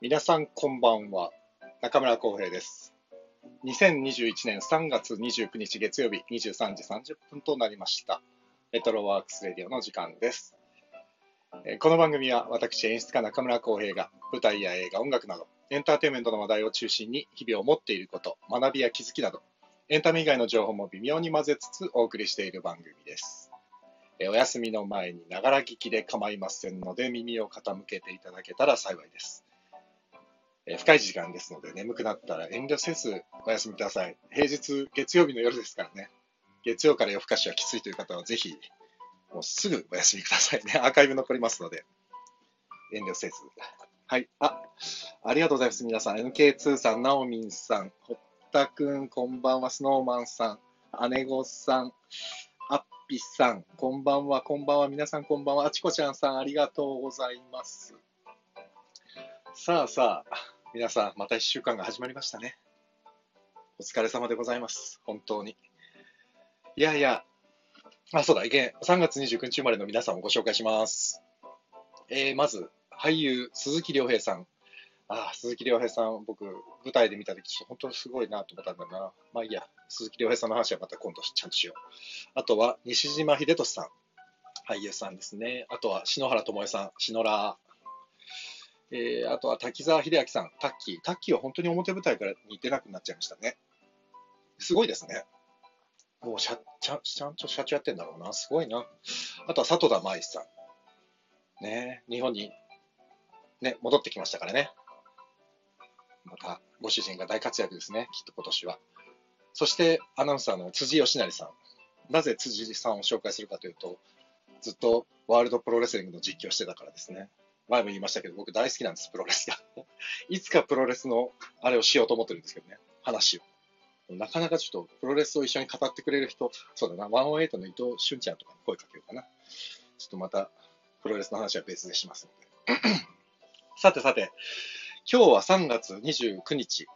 皆さんこんばんは中村浩平です2021年3月29日月曜日23時30分となりましたレトロワークスレディオの時間ですえーこの番組は私演出家中村浩平が舞台や映画音楽などエンターテインメントの話題を中心に日々を持っていること学びや気づきなどエンタメ以外の情報も微妙に混ぜつつお送りしている番組ですえーお休みの前にながら聞きで構いませんので耳を傾けていただけたら幸いです。えー深い時間ですので眠くなったら遠慮せずお休みください。平日月曜日の夜ですからね。月曜から夜更かしはきついという方はぜひもうすぐお休みくださいね。ア ーカイブ残りますので遠慮せず。はい。あ、ありがとうございます。皆さん。NK2 さん、なおみんさん、堀田くん、こんばんは。スノーマンさん、姉御さん、アッピさん、こんばんは、こんばんは、皆さんこんばんは、あちこちゃんさん、ありがとうございます。さあさあ、皆さん、また1週間が始まりましたね。お疲れ様でございます、本当に。いやいや、あ、そうだ、いけん、3月29日生まれの皆さんをご紹介します。えーまず、俳優、鈴木亮平さん。あー鈴木亮平さん、僕、舞台で見たとき、本当にすごいなと思ったんだな。まあいいや、鈴木亮平さんの話はまた今度ちゃんとしよう。あとは西島秀俊さん、俳優さんですね。あとは篠原ともえさん、篠原。えーあとは滝沢秀明さん、タッキー。タッキーは本当に表舞台から似てなくなっちゃいましたね。すごいですね。もう社ちゃんちゃんと社長やってんだろうな。すごいな。あとは里田舞さん。ねえ日本に、ね、戻ってきましたからね。また、ご主人が大活躍ですね。きっと今年は。そして、アナウンサーの辻吉成さん。なぜ辻さんを紹介するかというと、ずっとワールドプロレスリングの実況してたからですね。前も言いましたけど、僕大好きなんです、プロレスが。 いつかプロレスのあれをしようと思ってるんですけどね、話を。なかなかちょっとプロレスを一緒に語ってくれる人、そうだな、108の伊藤俊ちゃんとかに声かけようかな。ちょっとまた、プロレスの話は別でしますので。 さてさて、今日は3月29日。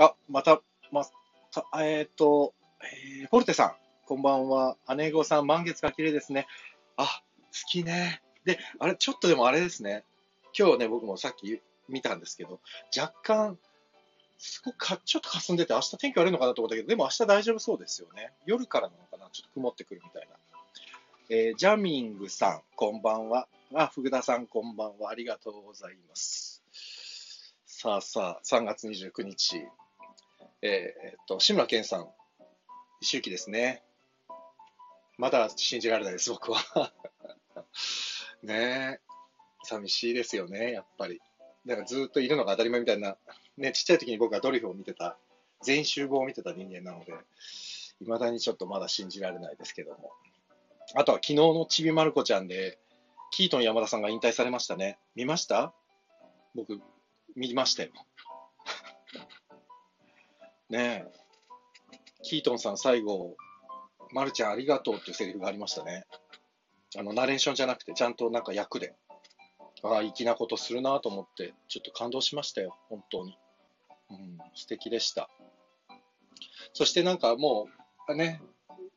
あ、また、また、えっ、と、えー、ポルテさん。こんばんは。姉御さん、満月が綺麗ですね。あ、好きね。で、あれ、ちょっとでもあれですね。今日ね、僕もさっき見たんですけど、若干、すごくかちょっと霞んでて、明日天気悪いのかなと思ったけど、でも明日大丈夫そうですよね。夜からなのかな、ちょっと曇ってくるみたいな。えージャミングさん、こんばんは。あ、福田さん、こんばんは。ありがとうございます。さあさあ、3月29日。えーえっと、志村けんさん、周期ですね。まだ信じられないです、僕は。 ねえ、寂しいですよね、やっぱり。だからずっといるのが当たり前みたいな、ね、ちっちゃい時に僕はドリフを見てた、全員集合を見てた人間なので、いまだにちょっとまだ信じられないですけども。あとは昨日のちびまる子ちゃんで、キートン山田さんが引退されましたね。見ました僕、見ましたよ。 ねえ、キートンさん最後、まるちゃんありがとうっていうセリフがありましたね。あの、ナレーションじゃなくて、ちゃんとなんか役で。ああ、粋なことするなと思って、ちょっと感動しましたよ、本当に。うん、素敵でした。そしてなんかもう、ね、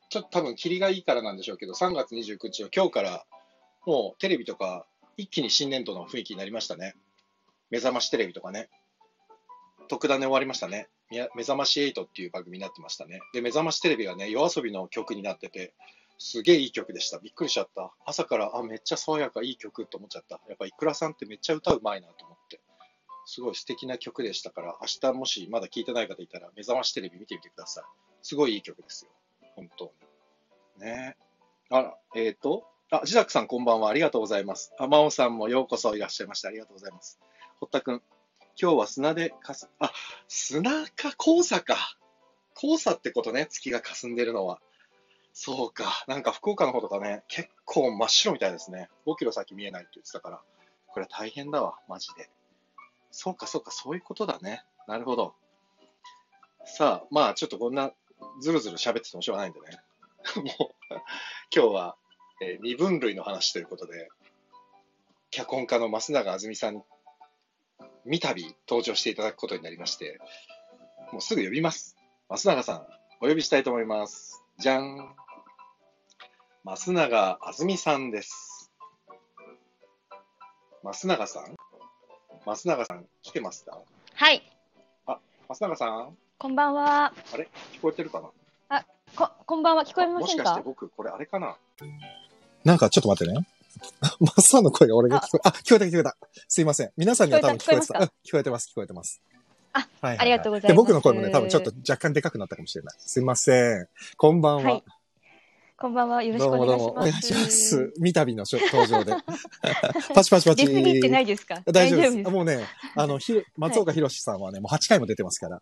ちょっと多分霧がいいからなんでしょうけど、3月29日の今日から、もうテレビとか、一気に新年度の雰囲気になりましたね。目覚ましテレビとかね。特ダネ終わりましたね。みや目覚まし8っていう番組になってましたね。で、目覚ましテレビがね、夜遊びの曲になってて、すげえいい曲でした。びっくりしちゃった。朝から、あ、めっちゃ爽やか、いい曲と思っちゃった。やっぱ、いくらさんってめっちゃ歌うまいなと思って。すごい素敵な曲でしたから、明日もしまだ聴いてない方いたら、目覚ましテレビ見てみてください。すごいいい曲ですよ。本当に。ねえ。あら、えっ、ー、と、あ、ジダクさんこんばんは。ありがとうございます。あ、まおさんもようこそいらっしゃいました。ありがとうございます。堀田くん、今日は砂でかす、あ、砂か、黄砂か。黄砂ってことね、月が霞んでるのは。そうか、なんか福岡の方とかね、結構真っ白みたいですね。5キロ先見えないって言ってたから、これは大変だわ、マジで。そうか、そうか、そういうことだね。なるほど。さあ、まあ、ちょっとこんな、ずるずる喋っててもしょうがないんでね。 もう、今日は、えー二分類の話ということで、脚本家の増永あずみさんに、三度登場していただくことになりまして、もうすぐ呼びます。増永さん、お呼びしたいと思います。じゃん。増永あずみさんです。増永さん松永さん、来てますかはい、松永さん、こんばんは。聞こえてるかなこ、こんばんは、聞こえまもせしんかしてか。僕、これあれかななんかちょっと待ってね。 マッサンの声が俺が聞こえ、あ、聞こえた聞こえた。すいません。皆さんには多分聞こえてた。うん聞こえてます、聞こえてます。あはいはいはい、ありがとうございますで僕の声もね、多分ちょっと若干でかくなったかもしれない。すいません。こんばんは。はいこんばんは、よろしどくうもおど願ういしも。ます。お願いします。三度のしょ 登場で。パチパチパチ。出過ぎてないですか。大丈夫です。です。もうね、あの、ひ松岡弘さんはね、もう8回も出てますから。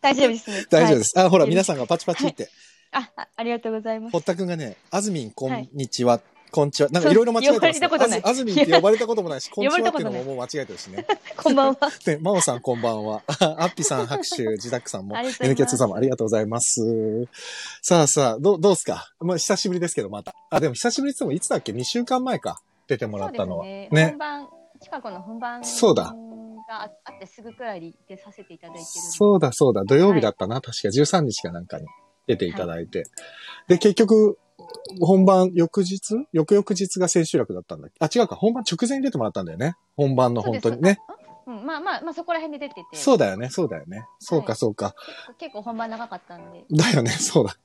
大丈夫ですね。。大丈夫ですす。あ、ほら、皆さんがパチパチって。あ、あありがとうございます。堀田くんがね、あずみん、こんにちは、こんちは。なんかいろいろ間違えてます、呼ばれたことないあずあずみんって呼ばれたこともないし、 こんちはってい呼ばれたこうのとなもいもう間違えてるしね。こんばんは。で、まおさんこんばんは。 あっぴさん拍手、自宅さんもあ。りがとうござい NK2 ます。さんもありがとうございます。さあさあ、どう、どうすかまあ、久しぶりですけど、また。あ、でも久しぶりって言ってもいつだっけ ?2 週間前か。出てもらったのは。そうねですね。本番、近くの本番そうだがああってすぐくらいでさせていただいてるんで。そうだそうだ。土曜日だったな。確か13日かなんかに出ていただいて。で、結局、本番翌日翌々日が千秋楽だったんだっけあ、違うか。本番直前に出てもらったんだよね。本番のそ本うです当にね。。あうん、まあまあ、まあそこら辺で出てて。そうだよね。そうだよね。そうか、はいそうか。結構本番長かったんで。だよね。そうだ。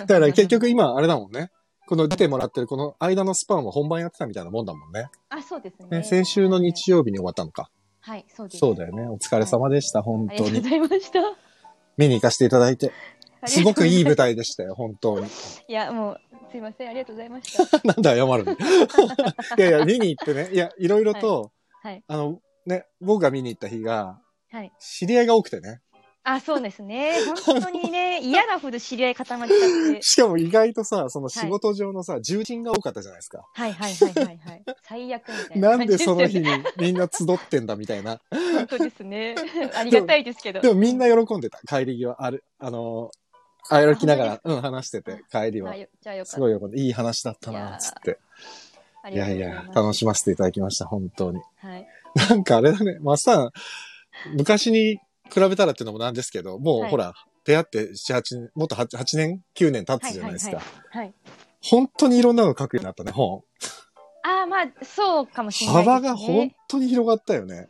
だから結局今、あれだもんね。この出てもらってるこの間のスパンは本番やってたみたいなもんだもんね。 あ、そうですね。ね先週の日曜日に終わったのか。はい、そうです。そうだよね。お疲れ様でした。本あり当がとうごに。ざいました。見に行かせていただいて。すごくいいありがと舞うござ台でしたよ。本当に。いや、もう、すいません、ありがとうございま した。なんで謝るのいやいや、見に行ってね。いや、いろいろと、はいはいあの、ね、僕が見に行った日が、はい知り合いが多くてね。あ、そうですね。本当にね、嫌なほど知り合い固まっちゃって。しかも意外とさ、その仕事上のさ、重鎮が多かったじゃないですか。 はいはいはいはいはい。最悪みたいなな感んでじすよその日 にみんな集ってんだみたいな。本当ですね。ありがたいですけど。でもみんな喜んでた。帰り際、ある、あの、歩きながら、うん、話してて、帰りはあ。よじゃあよかった。すごい喜んで、いい話だったいやな、ーつって。あいりやがとういございやま、す。楽しませていただきました、本当に。はい。なんかあれだね、マスさん、昔に比べたらっていうのもなんですけど、もうはいほら、出会って7、8年、もっと 8, 8年、9年経つじゃないですか。はいはい。本当にいろんなの書くようになったね、本。ああ、まあ、そうかもしれないです、ね。幅が本当に広がったよね。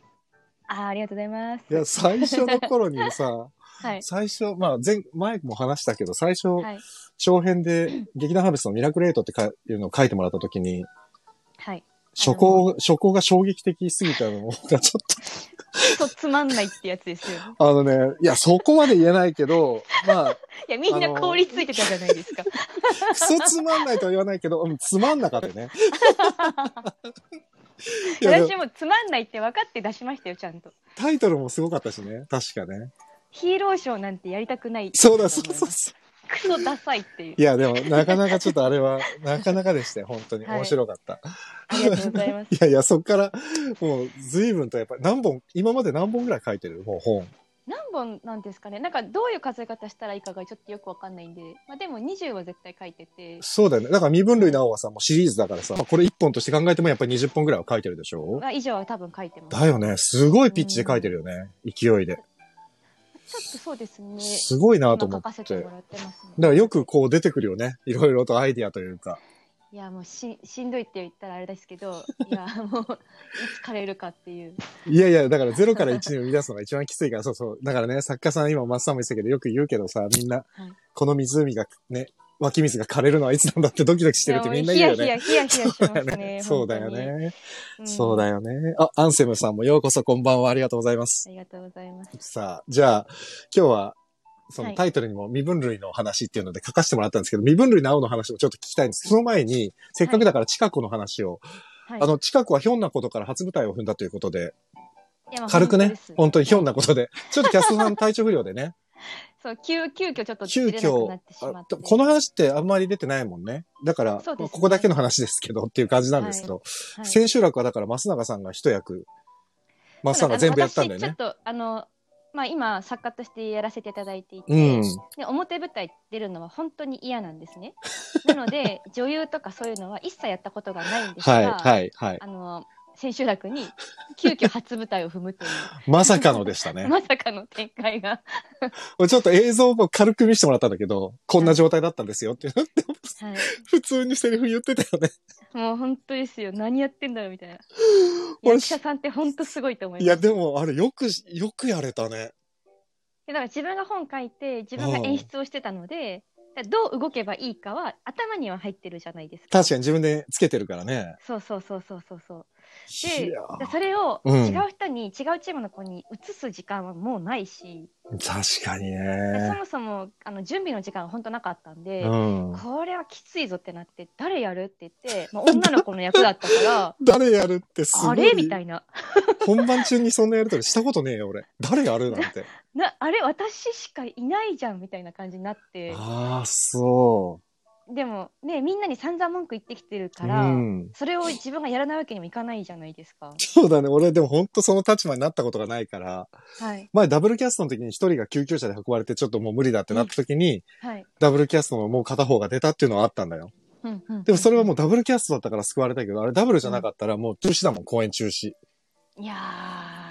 ああ、ありがとうございます。いや、最初の頃にさ、はい。最初、まあ前、前も話したけど、最初、はい。長編で劇団ハーベストのミラクレートってかいうのを書いてもらったときに、はい。初行、初行が衝撃的すぎたのがちょっそう、つまんないってやつですよね。と、あのね、いや、そこまで言えないけど、まあ、いや、みんな凍りついてたじゃないですか。クソつまんないとは言わないけど、うんつまんなかったよ ね。いや、でも私もつまんないって分かって出しましたよ、ちゃんと。タイトルもすごかったしね。確かね。ヒーローショーなんてやりたくない。そうだ、そうそうう。そクソダサいっていうう。い。や、でも、なかなかちょっとあれは、なかなかでしたよ。本当に。はい面白かった。ありがとうございます。いやいや、そっから、もう、随分とやっぱり、何本、今まで何本ぐらい書いてるもう本。何本なんですかね。なんか、どういう数え方したらいいかがちょっとよく分かんないんで。まあ、でも20は絶対書いてて。そうだよね。だから、未分類なおはさ、もうシリーズだからさ、まあこれ1本として考えてもやっぱり20本ぐらいは書いてるでしょまあ、以上は多分書いてます。だよね。すごいピッチで書いてるよね。勢いで。ちょっとそうですね。すごいな今と思書っかせてて。もらってますね。だからよくこう出てくるよね。いろいろとアイディアというか。いやもうししんどいって言ったらあれです けどいやもういつ枯れるかっていういやいや、だから0から1に 生み出すのが一番きついから、そうそう。だからね、作家さん今、松さんも言ってたけど、よく言うけどさ、みんな、はいこの湖がね、湧き水が枯れるのはいつなんだってドキドキしてるってみんな言うよい ね。やもうヒヤヒヤヒヤヒヤしますねそうだよ本ね。当にそうだんよね。あ、アンセムさんもようこそこんばんは。ありがとうございますあ。りがとうございますさあ、じゃあ、今日は、そはのいタイトルにも未分類の話っていうので書かせてもらったんですけど、未分類の青の話もちょっと聞きたいんです。その前に、せっかくだから近くの話を、はいあの、近くはひょんなことから初舞台を踏んだということで、いやまあ軽くね本当です、本当にひょんなことで、ちょっとキャストさん体調不良でね、そう急急遽ちょっと急出れなく遽なって しまあってこの話ってあんまり出てないもんね。だから、そうですねまあここだけの話ですけどっていう感じなんですけど、はい千秋楽はだから増永さんが一役、増そう永がなんです全部やったんだよあねの。私ちょっとあのまあ今作家としてやらせていただいていて、うん。で表舞台出るのは本当に嫌なんですね なので女優とかそういうのは一切やったことがないんですが、はい、はい、はい。あの千秋楽に急遽初舞台を踏むというまさかのでした ね。 まさかの展開が。ちょっと映像を軽く見せてもらったんだけど、こんな状態だったんですよっていう。はい。普通にセリフ言ってたよね。もう本当ですよ。何やってんだろうみたいな。俺役者さんって本当すごいと思いいまや、す。でも、あれ、よく、よくやれたね。でだから自分が本書いて、自分が演出をしてたので、だからどう動けばいいかは頭には入ってるじゃないですか。確かに自分でつけてるからね。そうそうそうそうそうそう。いでや、だからそれをうん違う人に、違うチームの子に移す時間はもうないし、確かにでそね。もそもあの準備の時間は本当なかったんで、うん。これはきついぞってなって、誰やるって言って、まあ、女の子の役だったから、誰やるって すごい。あれみたいな。本番中にそんなやりとりしたことねえよ、俺。誰やるなん て。なあれ私しかいないじゃんみたいな感じになってああ、そでもねみんなに散々文句言ってきてるう。かうら、ん。それを自分がやらないわけにもいかないじゃないですかそうだね。俺、でも本当その立場になったことがないから、はい前ダブルキャストの時に一人が救急車で運ばれてちょっともう無理だってなった時に、はいダブルキャストのもう片方が出たっていうのはあったんだよ。うんうんでもそれはもうダブルキャストだったから救われたけど、あれダブルじゃなかったらもう中止だもん、公演中止。いや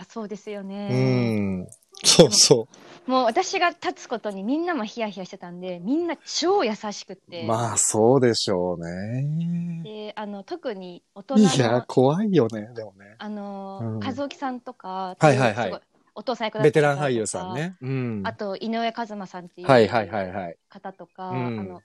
ーそうですようねん。そうそもう私が立つことにみんなもヒヤヒヤしてたんでみんな超優しくって、う。まあ、そうでしょうね。であの特に大人いや、の怖いよね、でもね。あの、うん和樹さんとかはいはいはいすごお父さん役だったベりテとかラン俳優さんね。うん。あと井上和馬さんっていうはいはいはいはい。方とか、うんあの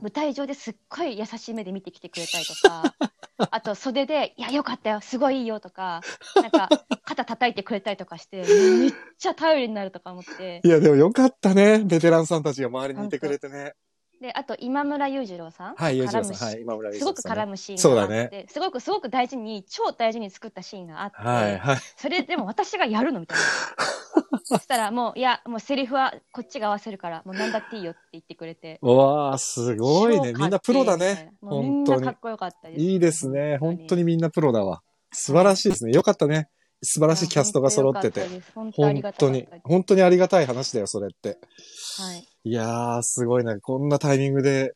舞台上ですっごい優しい目で見てきてくれたりと かあと袖で「いやよかったよすごいいいよ」とかなんか肩叩いてくれたりとかしてめっちゃ頼りになるとか思っていや、でもよかったね。ベテランさんたちが周りにいてくれてね。であと今村裕次郎さんはい、吉絡野むさん。はい、今村すごく絡む。むシーンそうがあだって、ねすごくすごく大事に超大事に作ったシーンがあって、はい、はい。それでも私がやるのみたいなそしたらもういやもうセリフはこっちが合わせるからもう何だっていいよって言ってくれてうわあ、すごいね。超みんなプロだかっけね。えみたいなもうみんな本当にかっこよかったです。いいですね。本当にみんなプロだわ。素晴らしいですね。よかったね。素晴らしいキャストが揃ってて。。本当に本良かった当ですに本当ありがたかったで、本当にありがたい話だよ、それって。すはい。いやー、すごいね。こんなタイミングで、うん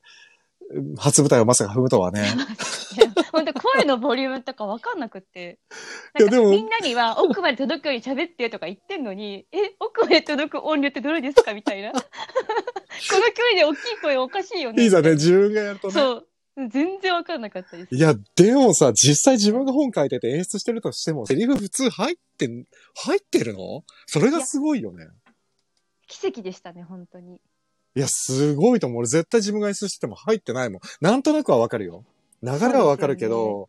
初舞台をまさか踏むと はね。いや本当声のボリュームとか分かんなくって。いなやんかでもみんなには奥まで届くように喋ってとか言ってんのに、 え、奥まで届く音量ってどれですかみ たいな。この距離で大きい声おかしいよね。いいだね、自分がやるとね。そう。全然分かんなかったです。いや、でもさ、実際自分が本書いてて演出してるとしても、セリフ普通入ってん、入ってるのそれがすごいよね。奇跡でしたね、本当に。いや、すごいと思う。俺絶対自分が演出しても入ってないもん。なんとなくはわかるよ。流れはわかるけど、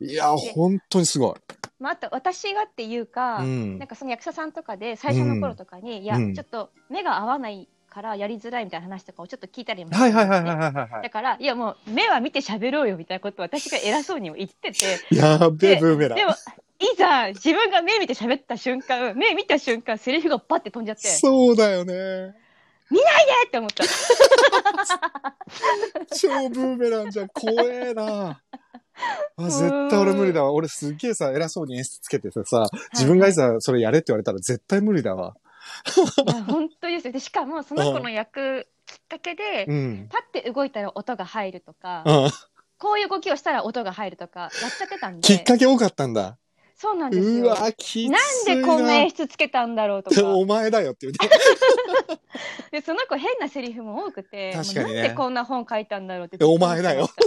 いや、本当にすごい。まあ、あと私がっていうか、うんなんかその役者さんとかで最初の頃とかに、いや、うんちょっと目が合わないからやりづらいみたいな話とかをちょっと聞いたりもはいはいはいいはいはいはだから、いやもう目は見て喋ろうよみたいなことを私が偉そうにも言ってて、 い。やーべえ、ブーメランで。も、いざ自分が目見て喋った瞬間、目見た瞬間、セリフがバッて飛んじゃって、えそうだよね。ーって 思った。超ブーメランじゃん。怖えな。あ絶対俺無理だわ。俺すっげえさ、偉そうに演出つけててさ、自分がいざそれやれって言われたら絶対無理だわ。いや本当ですよ。で、しかもその子の役きっかけで、うん。パッて動いたら音が入るとか、うんこういう動きをしたら音が入るとか、やっちゃってた んきっで、かけ多かったんだ。そうなんですうよ。わ、きついな。なんでこんな演出つけたんだろうとか。お前だよって言うて。で、その子変なセリフも多くて、確かにねもうなんでこんな本書いたんだろうって。お前だよ。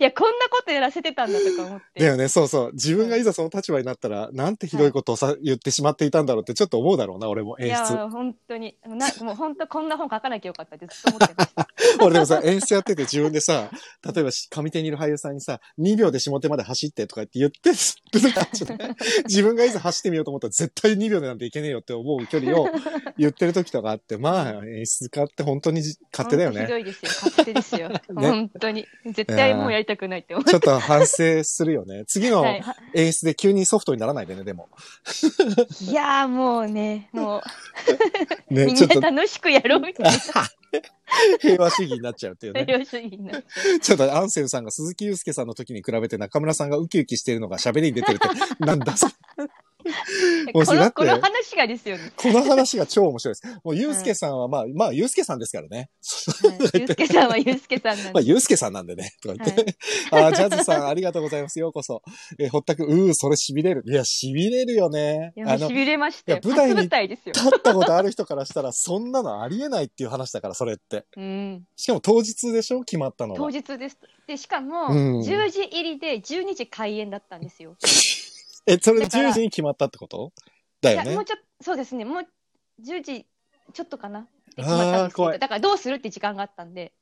いや、こんなことやらせてたんだとか思っだて。よね、そうそう。自分がいざその立場になったら、なんてひどいことをさ、言ってしまっていたんだろうってちょっと思うだろうな、俺もい演や出。 本当になもう本当こんな本書かなきゃよかったってずっと思ってました。俺でもさ、演出やってて自分でさ、例えばし上手にいる俳優さんにさ、2秒で下手まで走ってとか言って言って、 る感じでね、自分がいざ走ってみようと思ったら絶対2秒でなんていけねえよって思う距離を言ってる時とかあって、まあ演出家って本当に 勝手だよ本当ひね。どいですよ勝手です よ、本当に絶対もうやりたくないって思っちょっと反省するよね。次のて。はい演出で急にソフトにならないでね、でも。いやーもうねもうね、みちょっんとな楽しくやろうみたい平和主義になっちゃうっていうな ね。 要するになちょっとアンセムさんが鈴木祐介さんの時に比べて中村さんがウキウキしてるのが喋りに出てるって、なんだそれもうこだのってこの話がですよ ね。この話が超面白いです。もう、ゆうすけさんは、まあ、まあ、ゆうすけさんですからね。はいゆうすけさんはゆうすけさんなんまあ、で。ゆうすけさんなんでね、とか言って。 あージャズさん、ありがとうございます。ようこそ。えーほったく、うー、それ痺れる。いや、痺れるよねい。や、あもうの、痺れましたよい。初や舞台に舞台ですよ。立ったことある人からしたら、そんなのありえないっていう話だから、それって。うん。しかも当日でしょ決まったのは。当日です。で、しかも、うん10時入りで12時開演だったんですよ。え、それでだから10時に決まったってことだいよや、もうね。ちょっと、そうですね、もう10時ちょっとかなって決まったんあでー、すけど怖い。だからどうするって時間があったんで、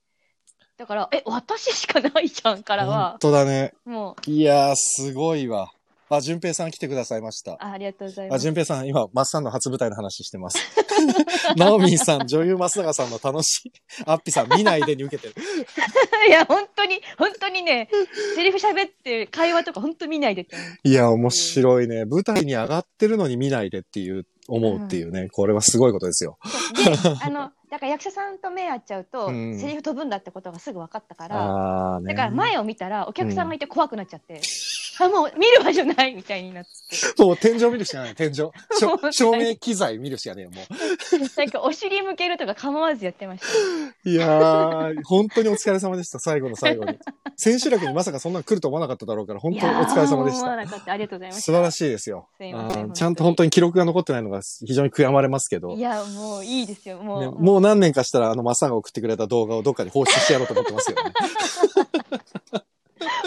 だから、え、私しかないじゃんから本は、当だね。もう、いやー、すごいわ。あ、淳平さん来てくださいました。あありがとうございあ、ます。淳平さん、今、マッサンの初舞台の話して ます。ナオミンさん、女優松永さんの楽しい。アッピさん、見ないでに受けてる。 いや、本当に、本当にね、セリフ喋って会話とか本当見ないでって思う。いや、面白いね。舞台に上がってるのに見ないでっていう、思うっていうね。これはすごいことですよ。で、 あの、だから役者さんと目合っちゃうと、うんセリフ飛ぶんだってことがすぐ分かったから、あーね。だから前を見たらお客さんがいて怖くなっちゃって、あ、もう見る場所ないみたいになって、 もう天井見るしかない。天井。 しょ本当に照明機材見るしかねえよ、もなんかお尻向けるとか構わずやってました。う。いやー、本当にお疲れ様でした。最後の最後 に。千秋楽にまさかそんなの来ると思わなかっただろうから、本当にお疲れ様でしいやー思わた。なかったありがとうございました。素晴らしいですよ。すいませあーん本当にちゃんと本当に記録が残ってないのが非常に悔やまれますけど。いや、もういいですよ。もう、ね、ももう何年かしたら、あの、マッサンが送ってくれた動画をどっかに放出してやろうと思ってますよ ね。う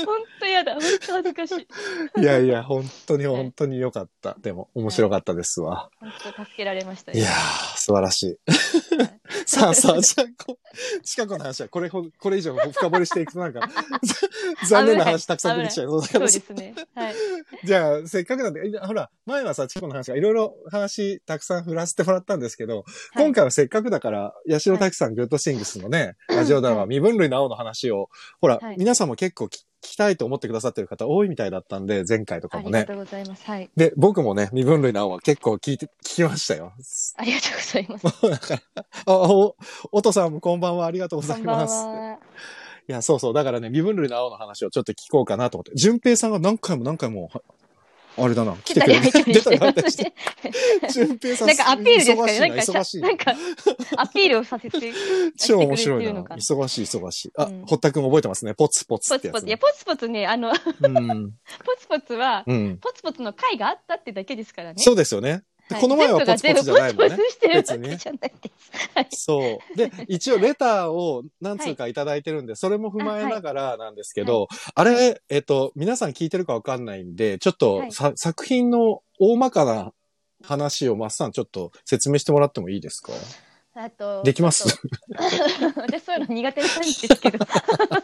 本当やだ。本当恥ずかしい。いやいや、本当に本当に良かった。でも、面白かったですわ。本当助けられました。いやー、素晴らしい。さあさあ、じゃあ、こ近くの話は、これほ、これ以上深掘りしていくとなん か、残念な話たくさん出てきちゃう。そうですね。はい。じゃあ、せっかくなんで、えほら、前はさ、チコの話がいろいろ話たくさん振らせてもらったんですけど、はい今回はせっかくだから、八代拓さん、グッドシングスのね、ラジオドラマ、身分類の青の話を、ほら、はい皆さんも結構聞きたいと思ってくださってる方多いみたいだったんで、前回とかあもりがねと。うございます。はい。で、僕もね、身分類の青は結構聞いて、聞きましたよ。ありがとうございます。だからあ、お、おとさんもこんばんは、ありがとうござこいんばまんす。は。いや、そうそう。だからね、身分類の青の話をちょっと聞こうかなと思って。淳平さんが何回も何回も、はあれだな、来来てたくりれ入ったり出したりて入ったまりすしてね。順平さん。なんかアピールですかね。なんかし忙しいゃ、な、な忙しんいか、アピールをさせて、超面白いしてくれてるな。のかな忙しい、忙しい。あ、うん堀田くん覚えてますね。ポツポツポってツやポつ、ツ。いや、ね。ポツポツね、あの、ポうん。ツポツは、うん。ポツポツの回があったってだけですからね。そうですよね。ではいこの前はポツポツじゃないもん全部が全部ポツねポ。ツしてるわ別にねけじゃないです。はい。そう。で、一応レターを何通かいただいてるんで、それも踏まえながらなんですけど、あ,、れ、えっと、皆さん聞いてるかわかんないんで、ちょっはといさ、作品の大まかな話をマッサンちょっと説明してもらってもいいですかあと、できますちょっと 私そういうの苦手なんですけ ど。ま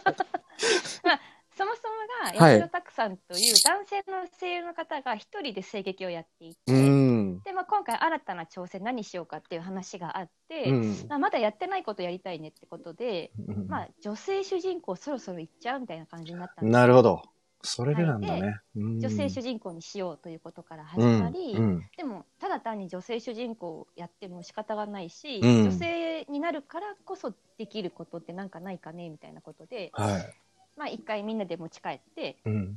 あ、そもそもが、はい八代拓さんという男性の声優の方が一人で声劇をやっていて、うん。で、まあ、今回新たな挑戦何しようかっていう話があって、うん。まあ、まだやってないことやりたいねってことで、うんまあ、女性主人公そろそろ行っちゃうみたいな感じになったんですなるほど。それでなんだね。女性主人人公にしようということから始まり、でもただ単に女性主人公をやっても仕方がないし、うん女性になるからこそできることってなんかないかねみたいなことで、はい。まあ、一回みんなで持ち帰ってうん。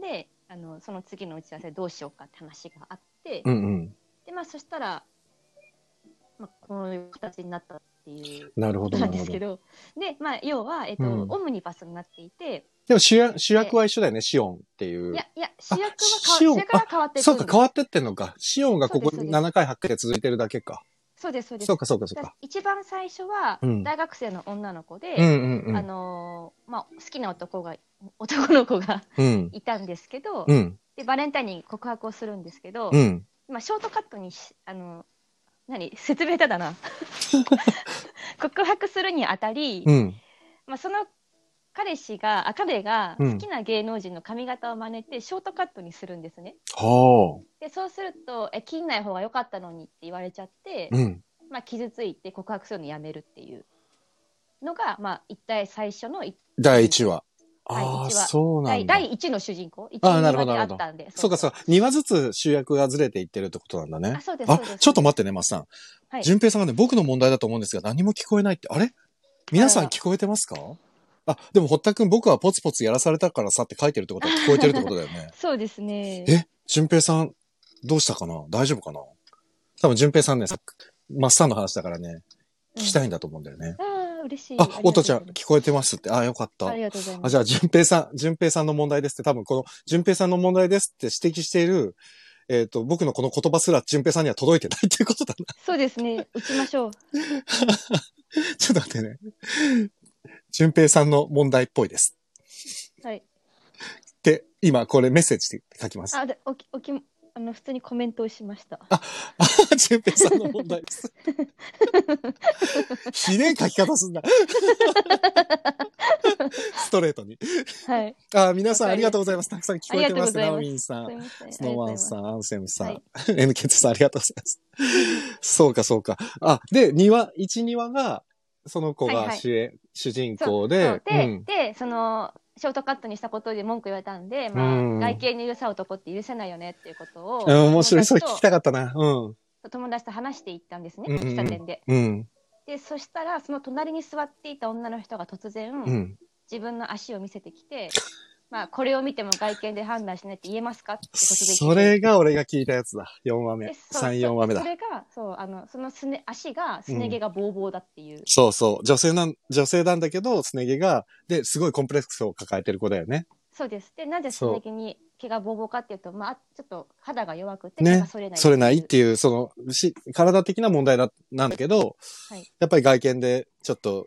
でであのその次の打ち合わせどうしようかって話があって、うんうん。でまあ、そしたら、まあ、こういう形になったっていうなるほことど、ななんるでほすど。けでどで、まあ、要は、えっとうんオムニバスになっていても主役主役は一緒だよね、シオンっていう。いやいや主役はシ変オわン主役は変わっていくそんうでか、す変わってってんのか。シオンがここそうですそうです7回、8回で続いてるだけか。そうですそうですそうか、そうか、そうだか。一番最初はうん大学生の女の子で、うんうんうあん。のーまあ、好きな男が 男の子がうん。いたんですけど、うん。でバレンタインに告白をするんですけど、うん。まあ、ショートカットにしあの何説明下手 だな告白するにあたり、うん。まあ、その彼氏があ彼がうん好きな芸能人の髪型を真似てショートカットにするんですね。はでそうするとえ切んない方が良かったのにって言われちゃってあ。、うん。まあ、傷ついて告白するのやめるっていうのが、まあ、一体最初の一第1話。はいああ、一話そうな第んだ。第1の主人公一あー二なるほまどでなるあほどったんでそうか、そうか。2話ずつ主役がずれていってるってことなんだねあ。そうですあそうで、すちょっと待ってね、マスさん。はい順平さんがね、僕の問題だと思うんですが、何も聞こえないって、あれ皆さんあら聞こえてますかあ、でも、堀田くん、僕はポツ 。ポツやらされたからさって書いてるってことは聞こえてるってことだよねそうですねえ、順平さん、どうしたかな大丈夫かな多分、淳平さんね、さマスターの話だからね、聞きたいんだと思うんだよね。ああ、嬉しい。あ、おとちゃん、ありが聞こえてますって。あ、よかった。とうございまあ、す。じゃあ、淳平さん、淳平さんの問題ですって、多分この、淳平さんの問題ですって指摘している、えっ、と、僕のこの言葉すら淳平さんには届いてないっていうことだな。そうですね。打ちましょう。ちょっと待ってね。淳平さんの問題っぽいです。はい。で、今、これメッセージで書き ます。あ、で、おき、おき、あの、普通にコメントをしました。あ、淳平さんの問題 です。ひでえ書き方すんな。 ストレートに。はい。あ、皆さんありがとうございます。たくさん聞こえてます。ナありがとうございますオミンさんすい。ません。スノーワンさん。ん、アンセムさん、はい N ケツさん、ありがとうございます。そうか、そうか。あ、で、2話、1、2話が、その子はいがはい主,、主人そ公うそうで、で、うんで、その、ショートカットにしたことで文句言われたんで、うんまあ、外見に許さ男って許せないよねっていうことを、うん面白い、それ友達と聞きたかったな。うん。友達と話していったんですね、うんうんうん喫茶店で。うん。で、そしたら、その隣に座っていた女の人が突然、うん。自分の足を見せてきて、まあ、これを見ても外見で判断しないって言えますかってことでそれが俺が聞いたやつだ。4話目で。そう3、4話目だそ。れが、そう、あの、そのすね、足がすね毛がボーボーだっていう。そうそう。女性なん、女性なんだけど、すね毛が、で、すごいコンプレックスを抱えてる子だよね。そうです。で、なぜすそうね毛に毛がボーボーかっていうと、まあ、ちょっと肌が弱くて、ね毛がそれない。それないっていう、その、し、体的な問題だ、なんだけど、はいやっぱり外見でちょっと、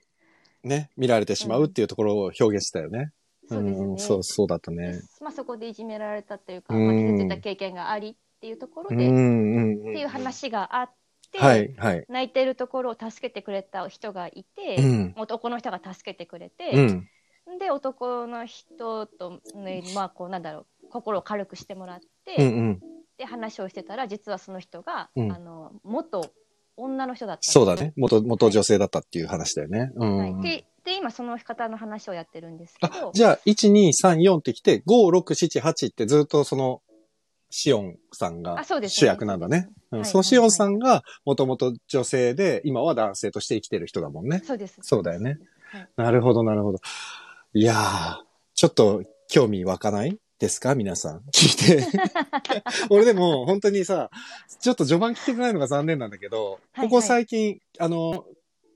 ね、見られてしまうっていうところを表現したよね。そうですね。ん、そう、そうだったねで。まあ、そこでいじめられたというか、うんまあ、傷ついた経験がありっていうところうで、ん、っうん、うん。ていう。話があって、はい、はい。泣いてるところを助けてくれた人がいて、うん。男の人が助けてくれて、うん。で男の人と、ね、まあこうなんだろう心を軽くしてもらっうて、ん、うん。で話をしてたら実はその人が、うんあの元女の人だったんですそうだね。元、元女性だったっていう話だよね。うはいん。でで今その方の話をやってるんですけあど、じゃあ、1、2、3、4ってきて、5、6、7、8ってずっとその、シオンさんがあそうです主役なんだね。うはん、いそのシオンさんがもともと女性で、今は男性として生きてる人だもんね。そうですそうだよねはいなるほど、なるほど。いやー、ちょっと興味湧かないですか皆さん。聞い て。俺でも本当にさ、ちょっと序盤聞けてないのが残念なんだけど、はいはいここ最近、あの、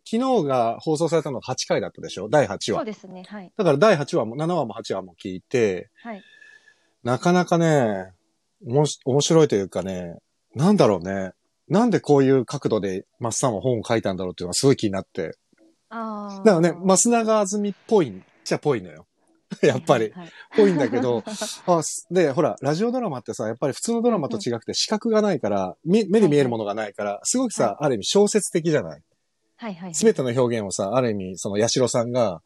昨日が放送されたのが8回だったでしょ第8そう話。ですねはいだから第8話も、7話も8話も聞いて、はいなかなかね、おもし面白いというかね、なんだろうね。なんでこういう角度でマスさんは本を書いたんだろうっていうのがすごい気になって。あだからね、増永あずみっぽいっちゃっぽいのよ。 やっぱり。っぽいんだけ ど。あすで、ほら、ラジオドラマってさ、やっぱり普通のドラマと違くて視覚がないから、み目で見えるものがないから、すごくはさ、ある意味小説的じゃない。はいはいすべての表現をさ、ある意味、その八代さんが、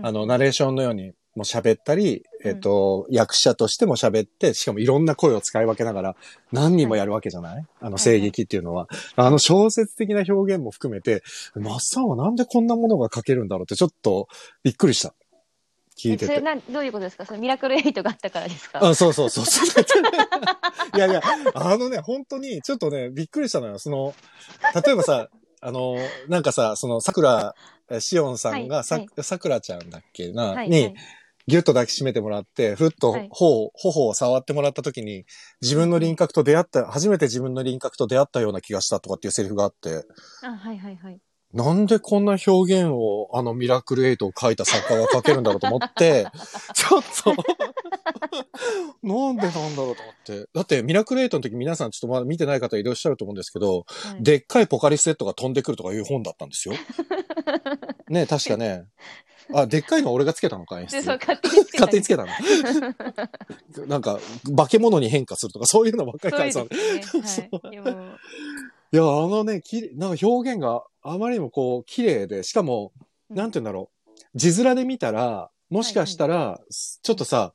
あの、ナレーションのようにも喋ったり、うんえっ、と、役者としても喋って、しかもいろんな声を使い分けながら何人もやるわけじゃない、あの、声劇っていうのは。あの、小説的な表現も含めて、マッサンはなんでこんなものが書けるんだろうってちょっとびっくりした。聞いえてそれて。なんどういうことですかそのミラクルエイトがあったからですかあそうそう そうそう。いやいや、あのね、本当に、ちょっとね、びっくりしたのよ。その、例えばさ、あの、なんかさ、その、桜、えしおんさんが、さはい桜ちゃんだっけな、はいに、はいギュッと抱きしめてもらって、ふっとはい頬を、頬を触ってもらった時に、自分の輪郭と出会った、初めて自分の輪郭と出会ったような気がしたとかっていうセリフがあって、あはいはいはいなんでこんな表現をあのミラクルエイトを書いた作家が書けるんだろうと思って、 ちょっと、なんでなんだろうと思って。だってミラクルエイトの時皆さんちょっとまだ見てない方いらっしゃると思うんですけど、はいでっかいポカリスエットが飛んでくるとかいう本だったん ですよ。ねえ確かね。あ、でっかいのは俺がつけたのか、演出でそう勝手につけた勝手につけたの。なんか、化け物に変化するとか、そういうのばっかり書いてたそのうですねはいでもいや、あのね、きれなんか表現があまりにもこう、綺麗で、しかも、うんなんて言うんだろう。字面で見たら、もしかしたら、すちょっとさ、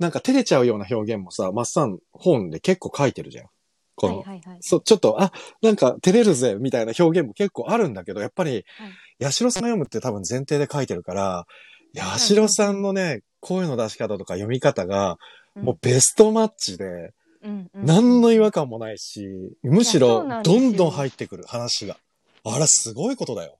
なんか照れちゃうような表現もさ、マッサン本で結構書いてるじゃん。この、はいはいはいそう、ちょっと、あ、なんか照れるぜ、みたいな表現も結構あるんだけど、やっぱり、八代さんが読むって多分前提で書いてるから、八代さんのね、声の出し方とか読み方が、もうベストマッチで、うんうん何の違和感もないし、むしいやそろうなん、ですどよんどん入ってくる話が。あら、すごいことだよ。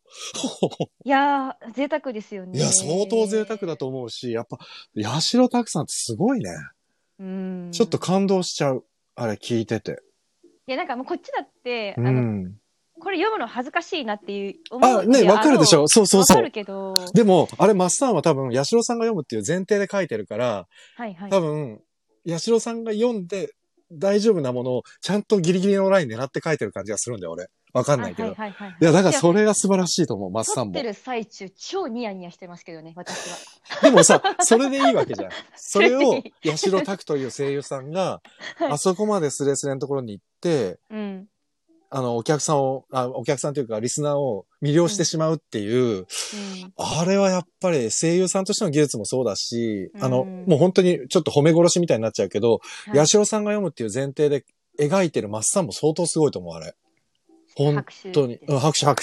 いやー、贅沢ですよね。いや、相当贅沢だと思うし、やっぱ、八代拓さんってすごいね。うん。ちょっと感動しちゃう。あれ、聞いてて。いや、なんかもうこっちだって、うあの、ん。これ読むの恥ずかしいなっていう思うあ、ね、わかるでしょそうそうわそかうる。けど、でも、あれ、マスさんは多分、八代さんが読むっていう前提で書いてるから、はいはい。多分、八代さんが読んで大丈夫なものを、ちゃんとギリギリのライン狙って書いてる感じがするんだよ、俺。わかんないけど。あいはいはいはい。や、だからそれが素晴らしいと思う、マスさ撮んっもて。る最中、超ニヤニヤしてますけどね、私は。でもさ、それでいいわけじ ゃん。それそをれで、八代拓という声優さんが、あそこまでスレスレのところに行って、うん。あの、お客さんを、あお客さんというか、リスナーを魅了してしまうっていう、うん。あれはやっぱり声優さんとしての技術もそうだし、あの、うんもう本当にちょっと褒め殺しみたいになっちゃうけど、はい八代さんが読むっていう前提で描いてるマッサンも相当すごいと思う、あれ。本拍手。当に。うん、拍手拍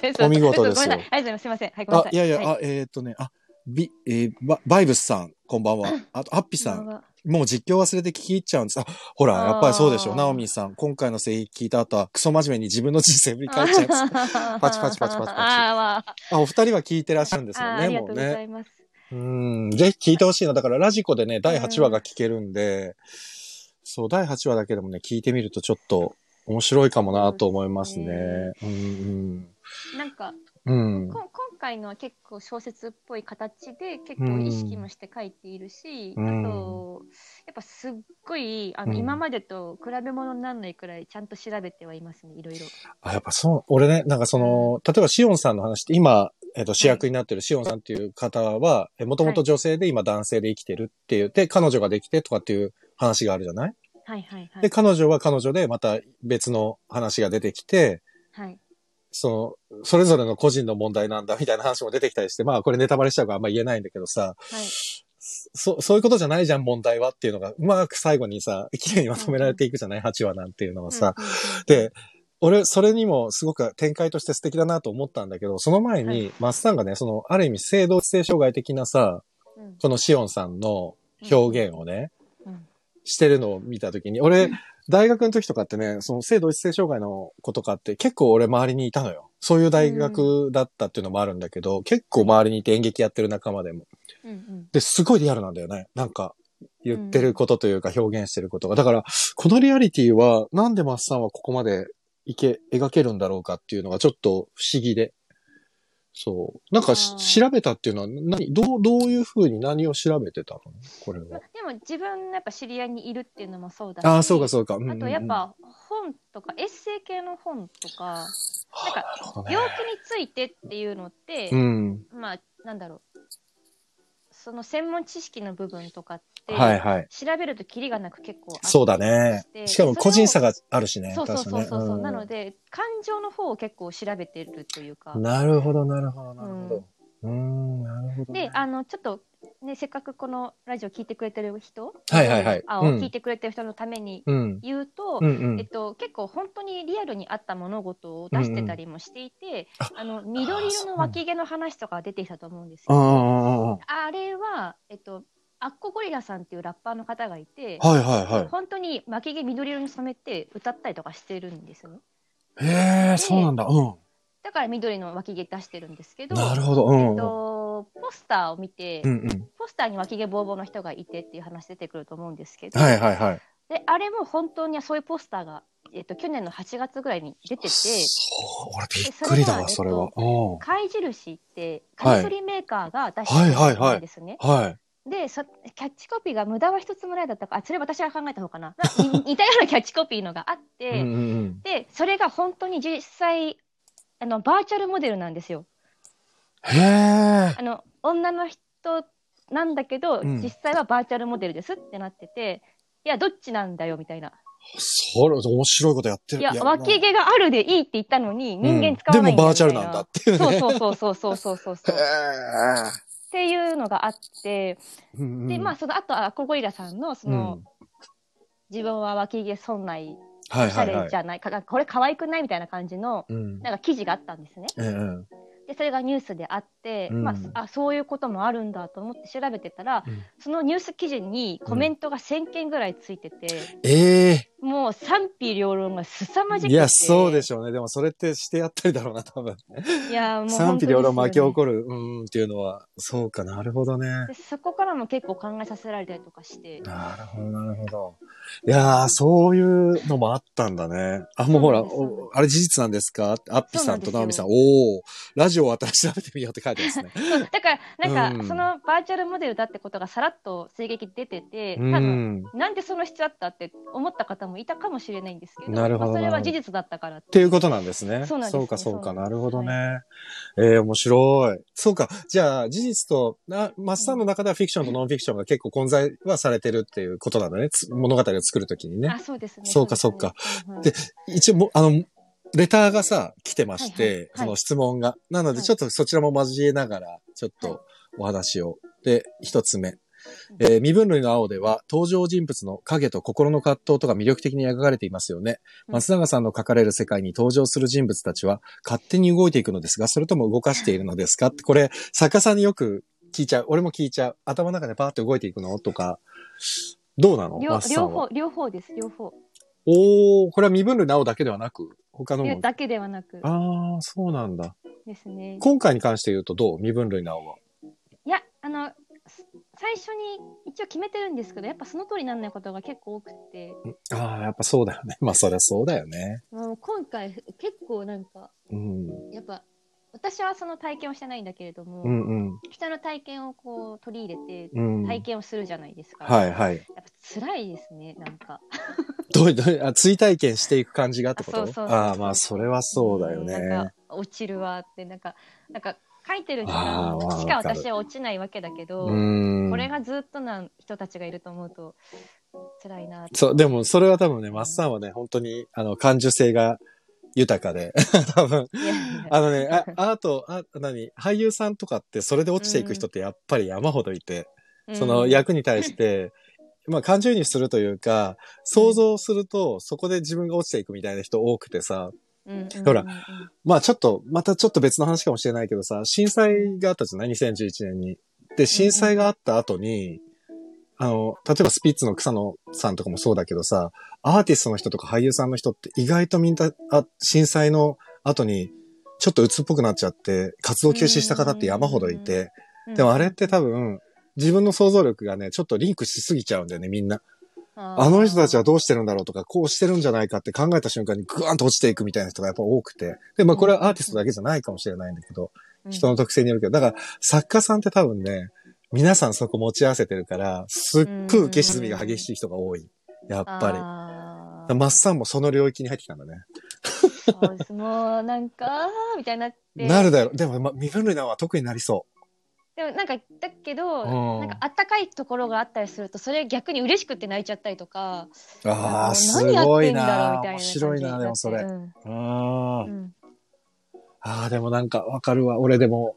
手。手お見事ですよごめんなさい。ありがとうございます。すいません。はい、ごめんあなさ、い。いやいや、はあ、えーっとね、あ、ビ、えーババイブスさん、こんばんは。あと、アッピさん、もう実況忘れて聞き入っちゃうんです。あ、ほら、やっぱりそうでしょ。あーナオミさん、今回の声優聞いた後は、クソ真面目に自分の人生振り返っちゃうんです。 あパチパチパチパチパチあー、まあ、あ、お二人は聞いてらっしゃるんですあよーあね、りがもとううござね。います。うん、ぜひ聞いてほしいな。だから、ラジコでね、第8話が聞けるんで、そう、第8話だけでもね、聞いてみるとちょっと面白いかもなと思いますね。うん、なんか、うん。うん。こん今回のは結構小説っぽい形で結構意識もして書いているし、うんあとやっぱすっごいあうのん今までと比べ物にならないくらいちゃんと調べてはいますねいろいろ。あ、やっぱそう、俺ね、なんかその、例えばシオンさんの話って今、えっと、主役になってるシオンさんっていう方は、もともと女性で今男性で生きてるっていう、で、彼女ができてとかっていう話があるじゃないはいはいはで、い。彼女は彼女でまた別の話が出てきて、はい、その、それぞれの個人の問題なんだみたいな話も出てきたりして、まあこれネタバレしちゃうからあんま言えないんだけどさ、はいそ、そういうことじゃないじゃん問題はっていうのが、うまく最後にさ、綺麗にまとめられていくじゃない ?8 話なんていうのはさ、うんうんうんで、俺、それにもすごく展開として素敵だなと思ったんだけど、その前はにい、マスさんがね、その、ある意味、性同一性障害的なさ、うんこのシオンさんの表現をね、うんしてるのを見たときに、俺、大学の時とかってね、その性同一性障害の子とかって結構俺周りにいたのよ。そういう大学だったっていうのもあるんだけど、結構周りにいて演劇やってる仲間でも。うんうんで、すごいリアルなんだよね。なんか、言ってることというか表現してることが。だから、このリアリティは、なんでマスさんはここまでいけ、描けるんだろうかっていうのがちょっと不思議で。そう。なんかしあー調べたっていうのは、何、どう、どういうふうに何を調べてたのこれはまあ。でも自分のやっぱ知り合いにいるっていうのもそうだしああ、そうかそうか。うんうんうんあとやっ、ぱ本とかエッセイ系の本とかなんかなるほどね病気についてっていうのって、うん。まあなんだろうその専門知識の部分とかって、はいはい。調べるとキリがなく結構あったりそうだねして。しかも個人差ががあるしね。そうそうそう確かそうにそう、ねなの。で感情の方を結構調べてるというかうんなるほど、なるほど、なるほど。うーん、なるほどね。であのちょっとねせっかくこのラジオ聞いてくれてる人はいはいはいあをうん聞いてくれてる人のためにうん。言うと、うんうんえっと、結構本当にリアルにあった物事を出してたりもしていて、あの緑色の脇毛の話とかが出てきたと思うんですあよ。あ、あれは、えっと、アッコゴリラさんっていうラッパーの方がいて、はいはいはい。本当に巻き毛緑色に染めて歌ったりとかしてるんですよね。へえ、そうなんだ。うん。だから緑の巻き毛出してるんですけど、なるほど。うんえっ。と、ポスターを見て、うんうん。ポスターに脇毛ボーボーの人がいてっていう話出てくると思うんですけど、はいはいはい。であれも本当にそういうポスターが、えっと、去年の8月ぐらいに出てて、そう、俺びっくりだわ、そそれれはは。うん。貝印ってはいカミソリメーカーが出してるんですね。はい。でそキャッチコピーが無駄は一つもないだったかあそれ私が考えた方かな なに似たようなキャッチコピーのがあうっんて、うんうん。でそれが本当に実際あのバーチャルモデルなんですよへえ。あの女の人なんだけど、うん実際はバーチャルモデルですってなってていやどっちなんだよみたいなそれ、面白いことやってる。いや脇毛があるでいいって言ったのに人間使でわないもバーんだよみチたャいルなんだっていうそうね。そうそうそうそうそうそ うそうへっていうのがあって、え。うんうんでまあそのあとはアコゴリラさんのその、うん自分は脇毛損ないはいおしはゃいはれいじ。ゃない、かかこれ可愛くないみたいな感じのうん。なんか記事があったんですね。ええうんでそれがニュースであって、うんまあそ、あそういうこともあるんだと思って調べてたら、うんそのニュース記事にコメントが1000件ぐらいついてて、ええ。もう賛否両論が凄まじく。いや、そうですしょうね。でもそれってしてやったりだろうな、多分。いや、もう賛否両論巻き起る。こる、うーんっていうのは、そうかなるほどね。でそこからも結構考えさせられたりとかして。なるほど、なるほど。いやー、そういうのもあったんだね。あ、もうほら、そうなんですおあれ事実なんですかってアッピさんとそうナなオミんですさん、よおー、ラジオを新しく調べてみようって書いてますね。そう だから、なんうか、んそのバーチャルモデルだってことがさらっと声撃出てて、う 多分、ん。っなんでその必要あったって思った方もいたかもしれないんですけど、なるほどまあそれなるはほど事実だったからっていうことなんですね。そうなんですそうか、そうか、そうななんるですほどね。えー、面白い。そうか、じゃあ、事実と、なマスターの中ではフィクションとノンフィクションが結構混在はされてるっていうことなんだね。つ物語を作るときにねあ、。そうですね。そうかそうかそうでですね。一応も、あの、レターがさ、来てまして、はいはいはいその質問が。なので、はいちょっとそちらも交えながら、ちょっはいとお話を。で、一つ目。えー身分類の青では、登場人物の影と心の葛藤とか魅力的に描かれていますよね。うん松永さんの描かれる世界に登場する人物たちは、勝手に動いていくのですが、それとも動かしているのですかって、これ、作家さんによく聞いちゃう。俺も聞いちゃう。頭の中でパーって動いていくのとか、どうなの両マスさ両んは方。、両方です、両方。おー、これは身分類の青だけではなく、他のもだけではなくああ、そうなんだ。ですね。今回に関して言うとどう身分類なおは。いや、あの、す最初に一応決めてるんですけど、やっぱその通りにならないことが結構多くて、ああ、やっぱそうだよね。 まあ、そりゃそうだよね。もう今回結構なんか、うん。やっぱ、私はその体験をしてないんだけれども、うんうん。人の体験をこう取り入れて、うん。体験をするじゃないですか。。はいいはい。やっぱ辛いですね、なんか。どう、どう、あ、追体験していく感じがってことあそうそうそうああ、まあ、それはそうだよんなんねか。落ちるわってなんかなんか書いてる時あ間ーしかわかる私は落ちないわけだけど、うん。これがずっとな人たちがいると思うと辛いなってそう、でも、それは多分ね、マッサンはね、本当に、あの、感受性が豊かで、 多分、いやいやあのね、あアート、あ、何、俳優さんとかって、それで落ちていく人ってやっぱり山ほどいて、そのうん役に対 して、まあ感情移入するというか、想像するとそこで自分が落ちていくみたいな人多くてさ、うんうんうんほらまあちょっと、またちょっと別の話かもしれないけどさ、震災があったじゃない ?2011 年に。で、震災があった後に、あの、例えばスピッツの草野さんとかもそうだけどさ、アーティストの人とか俳優さんの人って意外とみんな、あ震災の後に、ちょっと鬱っぽくなっちゃって、活動休止した方って山ほどいて、うんでもあれって多分、自分の想像力がね、ちょっとリンクしすぎちゃうんだよね、みんな。あーあの人たちはどうしてるんだろうとか、こうしてるんじゃないかって考えた瞬間にグワーンと落ちていくみたいな人がやっぱ多くて。で、まあこれはアーティストだけじゃないかもしれないんだけど、人の特性によるけど、だから作家さんって多分ね、皆さんそこ持ち合わせてるから、すっごい受け沈みが激しい人が多い。やっぱあり。ーマッサンもその領域に入ってきたんだね。そうですもうなんかあーみたいになってなるだろう。でも、まあ、身分類なのは特になりそでもなんかだけう。ど、うなんんか。あったかいところがあったりするとそれ逆に嬉しくって泣いちゃったりとかああ、す何やっごていんだろうなみたいな面白いなでもそれ。うんあうんあー、でもなんかわかるわ。俺でも、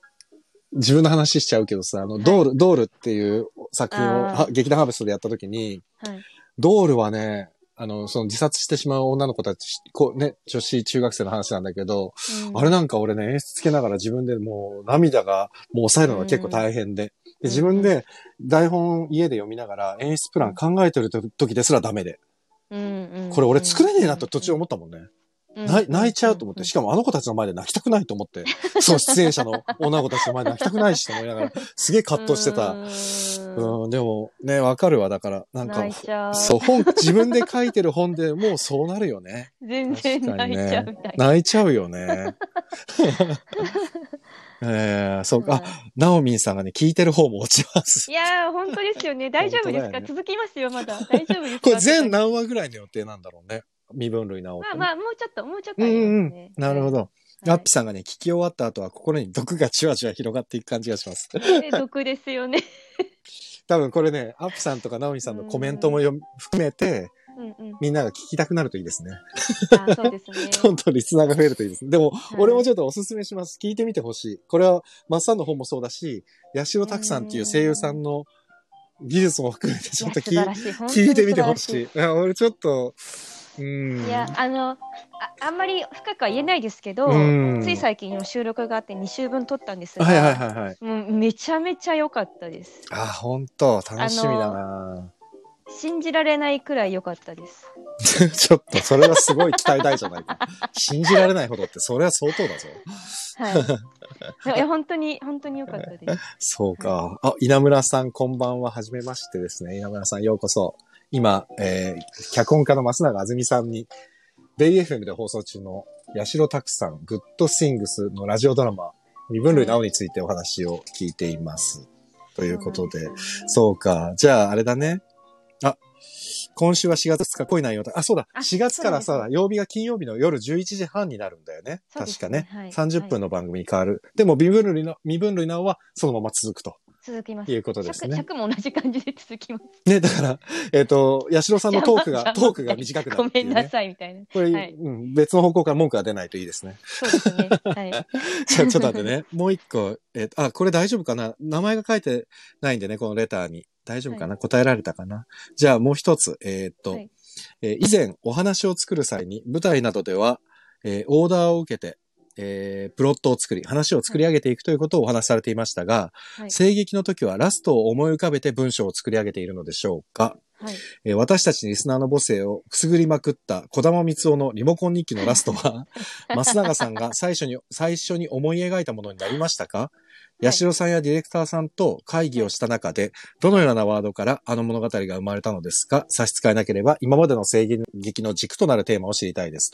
自分の話しちゃうけどさ、あの、ドール、ドールっていう作品をあーは劇団ハーベストでやった時に、はいドールはね、あの、その自殺してしまう女の子たち、こうね、女子中学生の話なんだけど、うんあれなんか俺ね、演出つけながら自分でもう涙が、もう抑えるのが結構大変で、で自分で台本家で読みながら演出プラン考えてる時ですらダメで、これ俺作れねえなと途中思ったもんね。泣泣いちゃうと思って、しかもあの子たちの前で泣きたくないと思っ て、その出演者の女の子たちの前で泣きたくないしと思いながら、すげえ葛藤してた。うんうん、でもね、わかるわ、だから、なんか泣い、ちゃうそう、本、自分で書いてる本でもうそうなるよね。全然泣いちゃうみたいな。泣いちゃうよ ね。えー、そうか、あ、ナオミンさんがね、聞いてる方も落ちますい。やー、本当ですよね。大丈夫ですか、本当だよね続きますよ、ま だ。大丈夫ですかこれ全何話ぐらいの予定なんだろうね。身分類なおまあまあもうちょっともうちょっとうあんりますうんうんね。なるほど。はアッピさんがね、聞き終わった後は心に毒がじわじわ広がっていく感じがします。いえ毒ですよね。多分これね、アップさんとかナオミさんのコメントも読み含めて、い うんうん みんなが聞きたくなるといいですね。 あそうですねどんどんリスナーが増えるといいですね。でも、い俺もちょっとおすすめします。聞いてみてほしい。これは、マッサンの方もそうだし、八代拓さんっていう声優さんの技術も含めて、ちょっとい聞やい素晴らし聞いてみてほしい。本いや俺ちょっと、う当ん。に素晴らしいいやあのああんまり深くは言えないですけどうんつい最近の収録があって2週分撮ったんですがはいはいはいはい。もうめちゃめちゃ良かったですあ、本当楽しみだな信じられないくらい良かったで すちょっと、それはすごい期待大じゃないか。信じられないほどって、それは相当だぞ。はい。いや、本当に、本当に良かったです。そうか。あ、稲村さん、こんばんは。はじめましてですね。稲村さん、ようこそ。今、えー、脚本家の増永あずみさんに、ベイ FM で放送中の、八代拓さん、グッドスイングスのラジオドラマ、身分類なおについてお話を聞いています。 ということで、そうか。じゃあ、あれだね。あ、今週は4月2日、濃い内容だ。あ、そうだ。あ4月からそうさで、曜日が金曜日の夜11時半になるんだよね。そうで確すかねね。はい30分の番組に変わる。でも、身分類の、身分類なおはそのまま続くと続きますいうことですね。尺尺も同じ感じで続きます。ね、だから、えっ、と、八代さんのトー クが、邪魔トークが短くなるごっめていんう、ね。なさい、みたいな。これ、はいうん、別の方向から文句が出ないといいですね。そうですね。はい。じ ゃあちょっと待ってね。もう一個、えっとあ、これ大丈夫かな名前が書いてないんでね、このレターに。大丈夫かな、答えられたかなじゃあもう一つ、えっと、はいえー以前お話を作る際に、舞台などでは、えーオーダーを受けて、えープロットを作り、話を作り上げていくということをお話しされていましたが、はい声劇の時はラストを思い浮かべて文章を作り上げているのでしょうかはい。えー私たちリスナーの母性をくすぐりまくった小玉光夫のリモコン日記のラストは、増永さんが最初に、最初に思い描いたものになりましたか、い八代さんやディレクターさんと会議をした中で、どのようなワードからあの物語が生まれたのですか差し支えなければ、今までの制限劇の軸となるテーマを知りたいです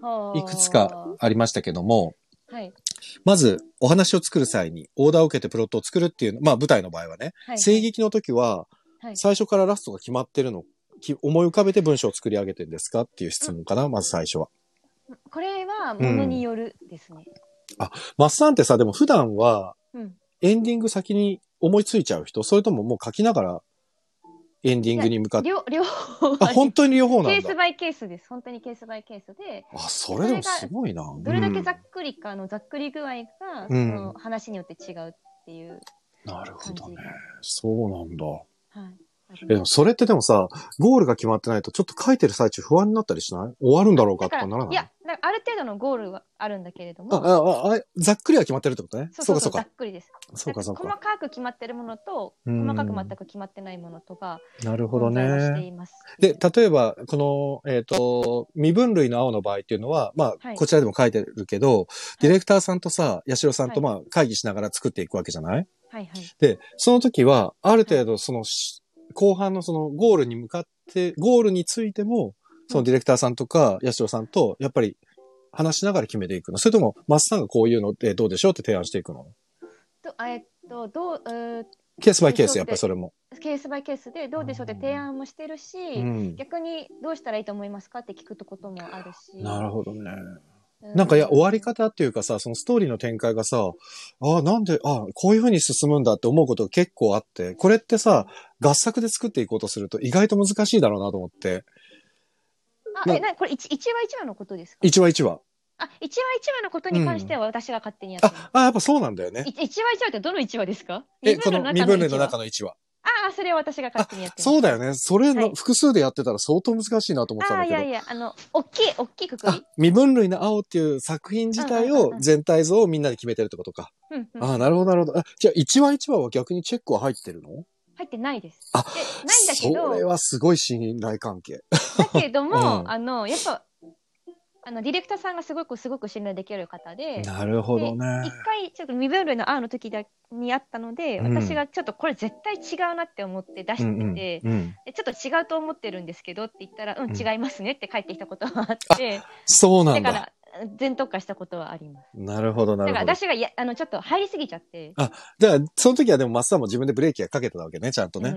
と。いくつかありましたけども、はい。まず、お話を作る際に、オーダーを受けてプロットを作るっていうの、まあ舞台の場合はね、はい。声劇の時はは、い最初からラストが決まってるの、き思い浮かべて文章を作り上げてるんですかっていう質問かな、まず最初は。これは、ものによるですね。マッサンってさ、でも普段はうん、エンディング先に思いついちゃう人、それとももう書きながらエンディングに向かって、両、両方あ、本当に両方なケんースだ。バイケースです。本当にケースバイケースで、あ、それでもすごいな。どれだけざうんっくりかのざっくり具合が、うんその話によって違うっていうなるほ感じどがね。。そうなんだ。はいありえ、でまもす。それってでもさ、ゴールが決まってないとちょっと書いてる最中不安になったりしない終わるんだろうかだとかかならら、ないいや、なんかある程度のゴールはあるんだけれどあも、あ、あ、あ、ざっくりは決まってるってことね。そうそそかそうううそ、うざっか。くりです。そうかそうなんか。細かく決まってるものと、うん細かく全く決まってないものとが、なるほど混在はしてね。います。で、例えば、この、えっ、と、未分類の青の場合っていうのは、まあ、はいこちらでも書いてるけど、ディレクターさんとさ、八代さんとまあ、会議しながら作っていくわけじゃないはいはい。で、その時は、ある程度、その、し後半のその、ゴールに向かって、ゴールについても、そのディレクターさんとか、八代さんと、やっぱり、話しながら決めていくのそれとも、マスさんがこういうのってどうでしょうって提案していくのと、あえっと、どう、うーケースバイケース、やっぱりそれも。ケースバイケースでどうでしょうって提案もしてるし、うん。逆にどうしたらいいと思いますかって聞くこともあるし。なるほどね。うなんかいや、終わり方っていうかさ、そのストーリーの展開がさ、ああ、なんで、ああ、こういう風に進むんだって思うことが結構あって、これってさ、合作で作っていこうとすると意外と難しいだろうなと思って、あ、え、な、これ一一話一話のことですか一話一話。あ、一話一話のことに関しては私が勝手にやってますあ、。あやっぱそうなんだよね。い一話一話ってどの一話ですかえ、この中身分類一の話中の一話。ああ、それは私が勝手にやってます。そうだよね。それはのい複数でやってたら相当難しいなと思ってたんあだあ、いけど。やいや、あの、大きい、大きいくくあり。、身分類の青っていう作品自体うんうんうをんうん全体像をみんなで決めてるってことか。うんうんああ、なるほど、なるほど。あじゃあ、一話一話は逆にチェックは入ってるの入ってないです。あでないんだけそれど、はすごい信頼関係。だけども、 うんあの、やっぱ、あの、ディレクターさんがすごく、すごく信頼できる方で、なるほどね一。回、ちょっと未分類の青の時だにあったので、うん私がちょっとこれ絶対違うなって思って出してうて、んうんでうんちょっと違うと思ってるんですけどって言ったら、うん、うん違いますねって帰ってきたことはあ って、そうなだんかだ。ら、全特化したことはあります。なるほど、なだるかほど。ら私がいやあのちょっと入りすぎちゃって、だから、その時はでも、マスさんも自分でブレーキがかけてたわけね、ちゃんとね。う、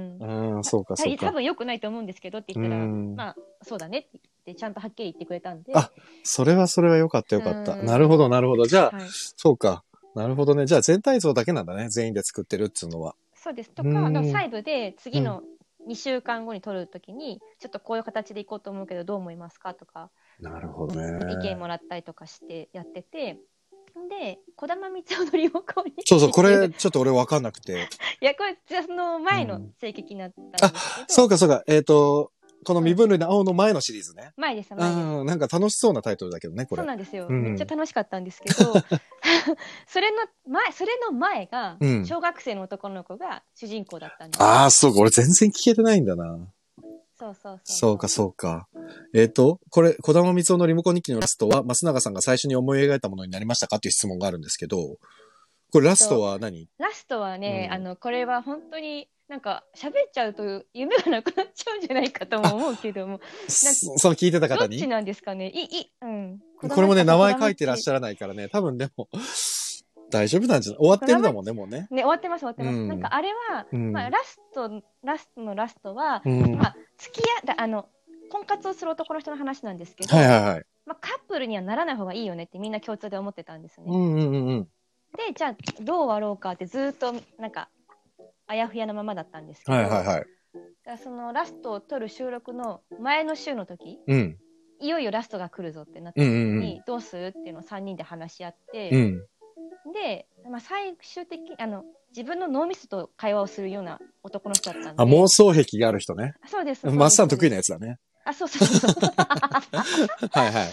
うんそうか、たそう多か。分良くないと思うんですけどって言ったら、うんまあそうだねって言ってちゃんとはっきり言ってくれたんで、あそれはそれは良かった、良かった。うんなるほど、なるほど。じゃあ、はい、そうか。なるほどね。じゃあ、全体像だけなんだね。全員で作ってるっつうのは。そうですとか、うんあの細部で次の2週間後に撮るときに、ちょっとこういう形でいこうと思うけどどう思いますかとかなるほど意見ね。もらったりとかしてやってて。で、児玉光夫のリモコンに。そうそう、こ いれ、ちょっと俺わかんなくて。や、これ、じゃあその前うのん性劇になったんですけど。そうか、そうか。えっ、と、この身分類の青の前のシリーズね。前でした、前です。うん、なんか楽しそうなタイトルだけどね、こそれう。なんですよ、うんめっちゃ楽しかったんです けどそれの前それの前がうん小学生の男の子が主人公だったんです、ああ、そうか。俺全然聞けてないんだな。そうそうそう。そうか、そうか。えっ、と、これ、小玉光雄のリモコン日記のラストは、松永さんが最初に思い描いたものになりましたかっていう質問があるんですけど、これラストは何ラストはね、うんあのこれは本当になんか喋っちゃうと夢がなくなっちゃうんじゃないかとも思うけ どもそその聞いてたど方っちになんですかねいいいうんこれもね、名前書いてらっしゃゃらないからね、多分でも、大丈夫なんじゃない終わってるんだもんね、もうね。るね終わってます終わってます、うんなんかあれは、うん。まあ、ラストラストのラストは、うんまあ付き合ったあの婚活をする男の人の話なんですけど、はいはいはい。まあ、カップルにはならない方がいいよねってみんな共通で思ってたんですね、うんうんうんうん。でじゃあどうあろうかってずーっとなんかあやふやなままだったんですけど、はいはいはい。だからそのラストを撮る収録の前の週の時うん。いよいよラストが来るぞってなったうん時うんうに、ん。どうするっていうのを3人で話し合って、うん。で、まあ、最終的にあの自分の脳みそと会話をするような男の人だったんであ、妄想癖がある人ね。あそうですそうですマスさん得意なやつだね。あそうそうそうはいはい。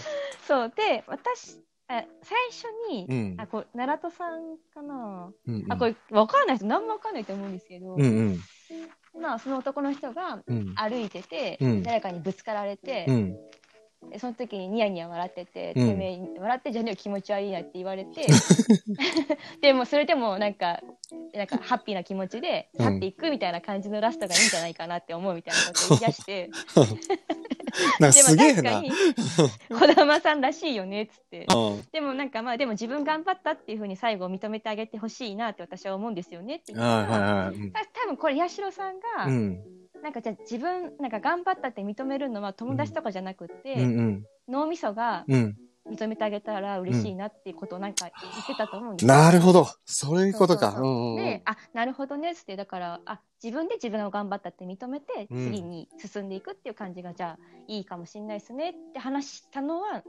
そうで私あ最初に、うん。あこう奈良戸さんかな、うんうんあこれ分かんない人何も分かんないと思うんですけど、うんうん。まあその男の人がうん。歩いてて、うん誰かにぶつかられて、うん。でその時にニヤニヤ笑ってて、うんてめえ笑ってんじゃねえよ気持ち悪いなって言わ れてでもそれでもなんかなんかハッピーな気持ちでうん去っていくみたいな感じのラストがいいんじゃないかなって思うみたいなことを言い出して なんかですもげえ確な。かうん に児玉さんらしいよねっつって。でもなんかまあでも自分頑張ったっていうふうに最後認めてあげてほしいなって私は思うんですよねって言ったはいはいらはい。うんた多分これ八代さんが、うん。なんかじゃあ自分なんか頑張ったって認めるのは友達とかじゃなくって、うんうん。脳みそがうん。認めてあげたら嬉しいなっていうことをなんか言ってたと思うんですよなるほど。そういうことか。そううそうんうんうんで、あ、なるほどねっつって、だから、あ、自分で自分を頑張ったって認めて、うん次に進んでいくっていう感じが、じゃあ、いいかもしれないですねって話したのは、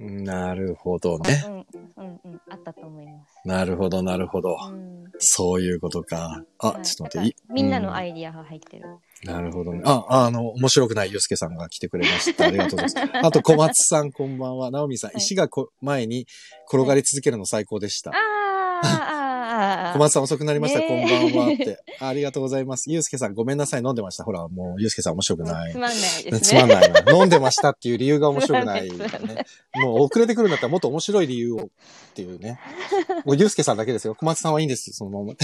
なるほどね。うん、うん、うん、あったと思います。なるほど、なるほど。うん、そういうことか。あは、いちょっとだから待って。いみんなのアいイディアが入ってる。うん。なるほどね。あ、ああの、面白くないゆうすけさんが来てくれました。ありがとうござい ます。あと、小松さん、こんばんは。なおみさん、はい石がこ前に転がり続けるの最高でしたあ。あー、あーあー、あー小松さん遅くなりました、ねこんえばんはって。ありがとうございます。ゆうすけさん、ごめんなさい、飲んでました。ほら、もう、ゆうすけさん面白くなもういつ。まんないですね。つまんないな。飲んでましたっていう理由が面白くない、つまんないつまんね。もう遅れてくるんだったらもっと面白い理由をっていうね。もうゆうすけさんだけですよ。小松さんはいいんです、そ のまま。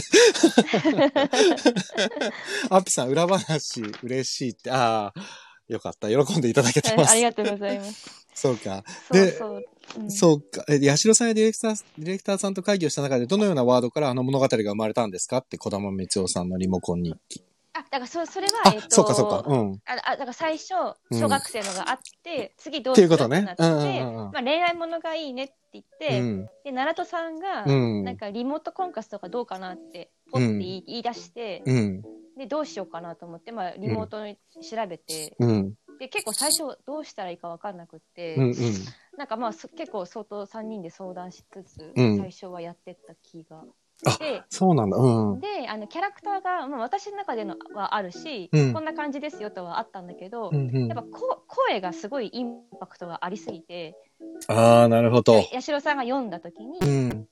アッピさん、裏話嬉しいって、ああ、よかった。喜んでいただけてまあす。りがとうございます。そうか。そうでそう。うんそうか。え、八代さんやディレクター、ディレクターさんと会議をした中で、どのようなワードからあの物語が生まれたんですかって、小玉光雄さんのリモコン日記。あ、だからそ、それは、あえっ、、と、そうかそうか。うん。ああだから最初うん小学生のがあって、次どっうてすいうることってなねっ。て、うんうんうんまあ、恋愛ものがいいねって言っうて、ん。で奈良戸さんが、うん。うなんん。かリモート婚活とかどうかなってポッて言い,、出してうん。でどうしようかなと思って、まあ、リモートに調べて、うん。で結構最初どうしたらいいか分かんなくって、うん。うん。なんかまあそ結構相当3人で相談しつつ、うん最初はやってった気があ。でそうなんだ。うん。であのキャラクターが、まあ、私の中でのはあるし、うんこんな感じですよとはあったんだけど、うんうんやっぱこ声がすごいインパクトがありすぎて、ああ、なるほど。八代さんが読んだ時 うに、ん。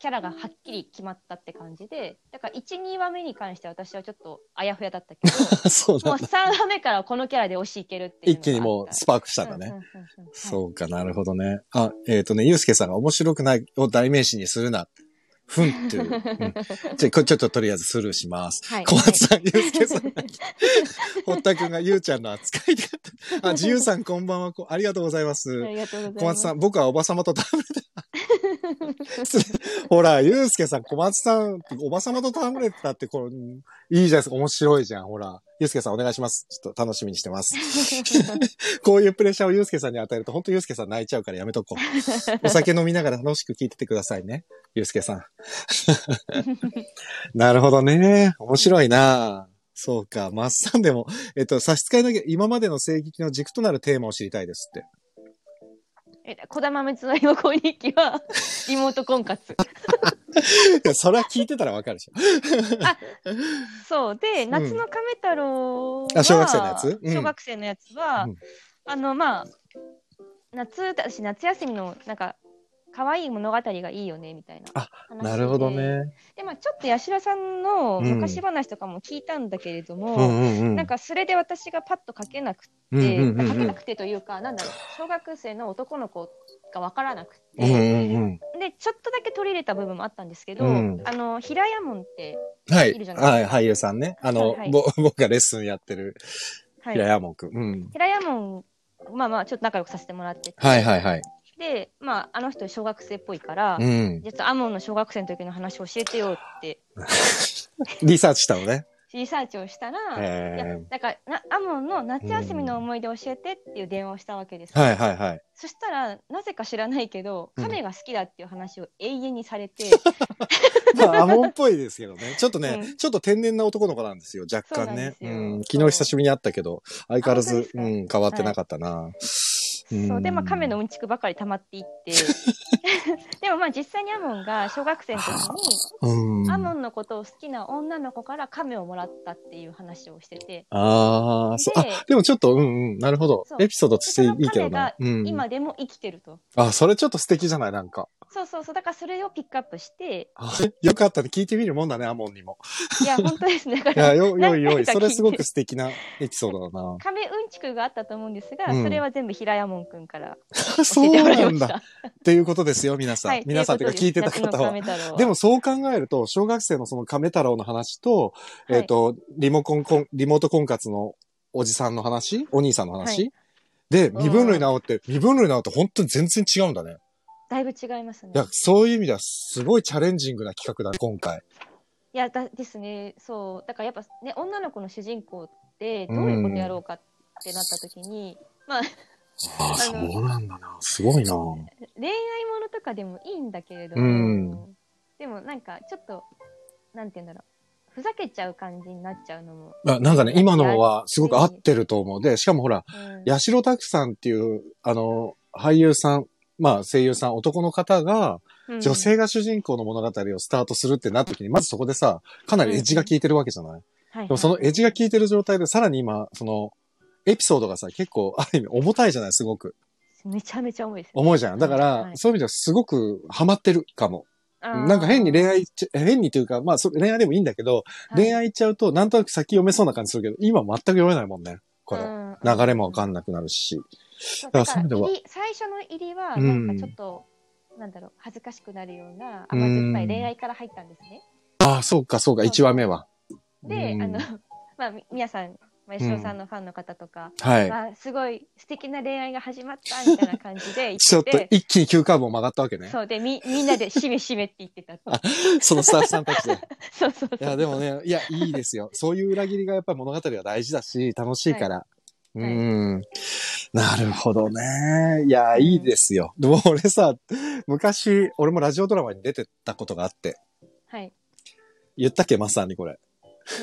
キャラがはっきり決まったって感じで、だから1、2話目に関しては私はちょっとあやふやだったけそう ど、もなうんだ。 3話目からはこのキャラで推しいけるっていうのがあった。一気にもうスパークしたんだね。うんうんうんうんそうか、なるほどね。あ、えっ、とね、ゆうすけさんが面白くないを代名詞にするな。ふん っていう。うんじゃあ、これちょっととりあえずスルーします。はい小松さん、ゆうすけさん、 堀田くんがゆうちゃんの扱いで。あ、自由さんこんばんは。こありがとうございます。はいありがとうございま小松す。さん、僕はおばさまと戯れて ほら、ゆうすけさん、小松さん、おばさまと戯れてたって、この、いいじゃないですか。面白いじゃん。ほら。ゆうすけさん、お願いします。ちょっと楽しみにしてます。 こういうプレッシャーをゆうすけさんに与えると、本当ゆうすけさん泣いちゃうからやめとこう。お酒飲みながら楽しく聞いててくださいね。ゆうすけ さん。なるほどね。面白いなそうか。マッサンでも、えっと、差し支えなきゃ、今までの聖劇の軸となるテーマを知りたいですって。 え、小玉光の横日記は、リモート婚活。いやそれは聞いてたらわかるでしょ。そうで、ん夏の亀太郎は、あ小学生のやつうん小学生のやつは、うんあのまあ夏私夏休みのなんか可愛い物語がいいよねみたいなあ話でなるほど。ね。でまあちょっと八代さんの昔話とかも聞いたんだけれどうんも、うんうん。なんかそれで私がパッと書けなくて、うんうんうん書うけんなくてというかなんだろう小学生の男の子が分からなくて、うんうんでちょっとだけ取り入れた部分もあったんですけど、うんあの平屋門ってうん。はいいるじゃ。なはいい、俳優さんね。あのはいは、いぼ 僕がレッスンやってるはい平山くん。うん。平屋門まあまあちょっと仲良くさせてもらってて、はいはいはい。で、まあ、あの人小学生っぽいから、うん。じゃあアモンの小学生の時の話を教えてよってリサーチしたのね。リサーチをしたら、いやえだからなアモンの夏休みの思い出教えてっていう電話をしたわけです、ー。はいはいはい。そしたらなぜか知らないけどうん亀が好きだっていう話を永遠にさ れて、まあ、アモンっぽいですけどね。ちょっとね、うんちょっと天然な男の子なんですよ、若干ね。そうなんですよん昨日久しぶりに会ったけど、相変わらあ本ず、当ですうかん、変わってなかったな。うんそうでまあ亀のうんちくばかり溜まっていって でもまあ実際にアモンが小学生の時うん。にアモあンのことを好きな女の子から亀をもらったっていう話をしてて、あー、そう、あで、でもちょっと、うんうん、なるほどそ。うエピソードとしていいけどな。でうん。今でも生きてると。あ、それちょっと素敵じゃない、なんか。そうそうそう、だからそれをピックアップして、あよかったね。聞いてみるもんだね、アモンにも。いや、本当ですね。だ いかや、ら、よ、よいよ。ないんかそれすごく素敵なエピソードだな。亀うんちくがあったと思うんですが、うんそれは全部平山門くんからそ 教えうてもらいなまんしだ。た。っていうことですよ、皆さん。 はい、皆さんというかと聞いいうこてとたです方は。夏の亀太郎はでもそう考えると、小学生のその亀太郎の話と、はえいっ、と、リモコンコン、リモート婚活のおじさんの話お兄さんの話、はで、身分類直って、身分類直って本当に全然違うんだね。だいぶ違いますねい。や、そういう意味ではすごいチャレンジングな企画だね、今回。いやだですね、そう、だからやっぱね、女の子の主人公って、どういうことやろうかってなった時に、ああ、のそうなんだな。すごいな。恋愛ものとかでもいいんだけれども、うんでもなんかちょっと、なんて言うんだろう、ふざけちゃう感じになっちゃうのも、あなんかね、今のはすごく合ってると思う。で、しかもほら、うん、八代拓さんっていう、あの、俳優さん、まあ声優さん、男の方が、うん女性が主人公の物語をスタートするってなった時に、まずそこでさ、かなりエッジが効いてるわけじゃない、はいでもそのエッジが効いてる状態で、さらに今、その、エピソードがさ、結構、ある意味重たいじゃないすごく。めちゃめちゃ重いですね、重いじゃん。だから、はいそういう意味ではすごくハマってるかも。あーなんか変に恋愛っちゃ、変にというか、まあそ恋愛でもいいんだけど、恋愛いっちゃうと、なんとなく先読めそうな感じするけど、今全く読めないもんね。これ。流れもわかない。んなくなるし。そうだだからそういう意味かでらは入り最初の入りは、うなんんかちょっと、なんだろう、恥ずかしくなるような甘酸っぱい恋愛から入ったんですね。ああ、そうか、そうか、そう1話目は。で、うんあの、 まあ、み皆さん、まあ、吉野さんのファンの方とか、はい。まあ、すごい素敵な恋愛が始まったみたいな感じで 言ちょっってとて、一気に急カーブを曲がったわけね。そうでみ、みんなで しめしめって言ってたって。そのスタッフさんたちで。そうそうそう。いや、でもね、いや、いいですよ。そういう裏切りがやっぱり物語は大事だし、楽しいから。うはいん。なるほどね。いや、いいですよ。でも俺さ、昔、俺もラジオドラマに出てたことがあって、はい。言ったっけ、マスターにこれ。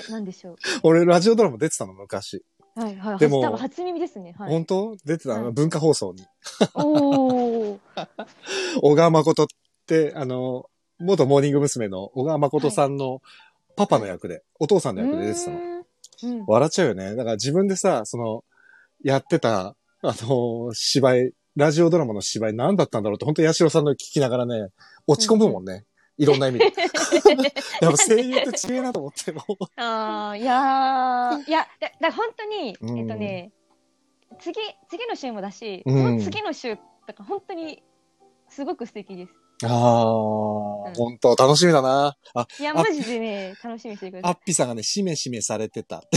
えなんでしょ俺、ラジオドラマ出てたの、昔。う。はいはい。でも多分初耳ですね。はい。本当出てたの、はい文化放送に。おー。小川誠って、あの、元モーニング娘。の小川誠さんのパパの役で、お父さんの役で出てたの。うんうん笑っちゃうよね。だから自分でさ、その、やってた、あの、芝居、ラジオドラマの芝居何だったんだろうって、本当に八代さんの聞きながらね、落ち込むもんね。いろんな意味で。やっぱ声優って違えなと思っても。 ああ、いやー、いや、だ、だ、本当に、うんえっとね。次、次の週もだし、うんその次の週、だから、本当に。すごく素敵です。ああ、ん本当楽しみだな。あ、いや、あマジでね、楽しみにしてくアだッピさんがね、しめしめされてた って。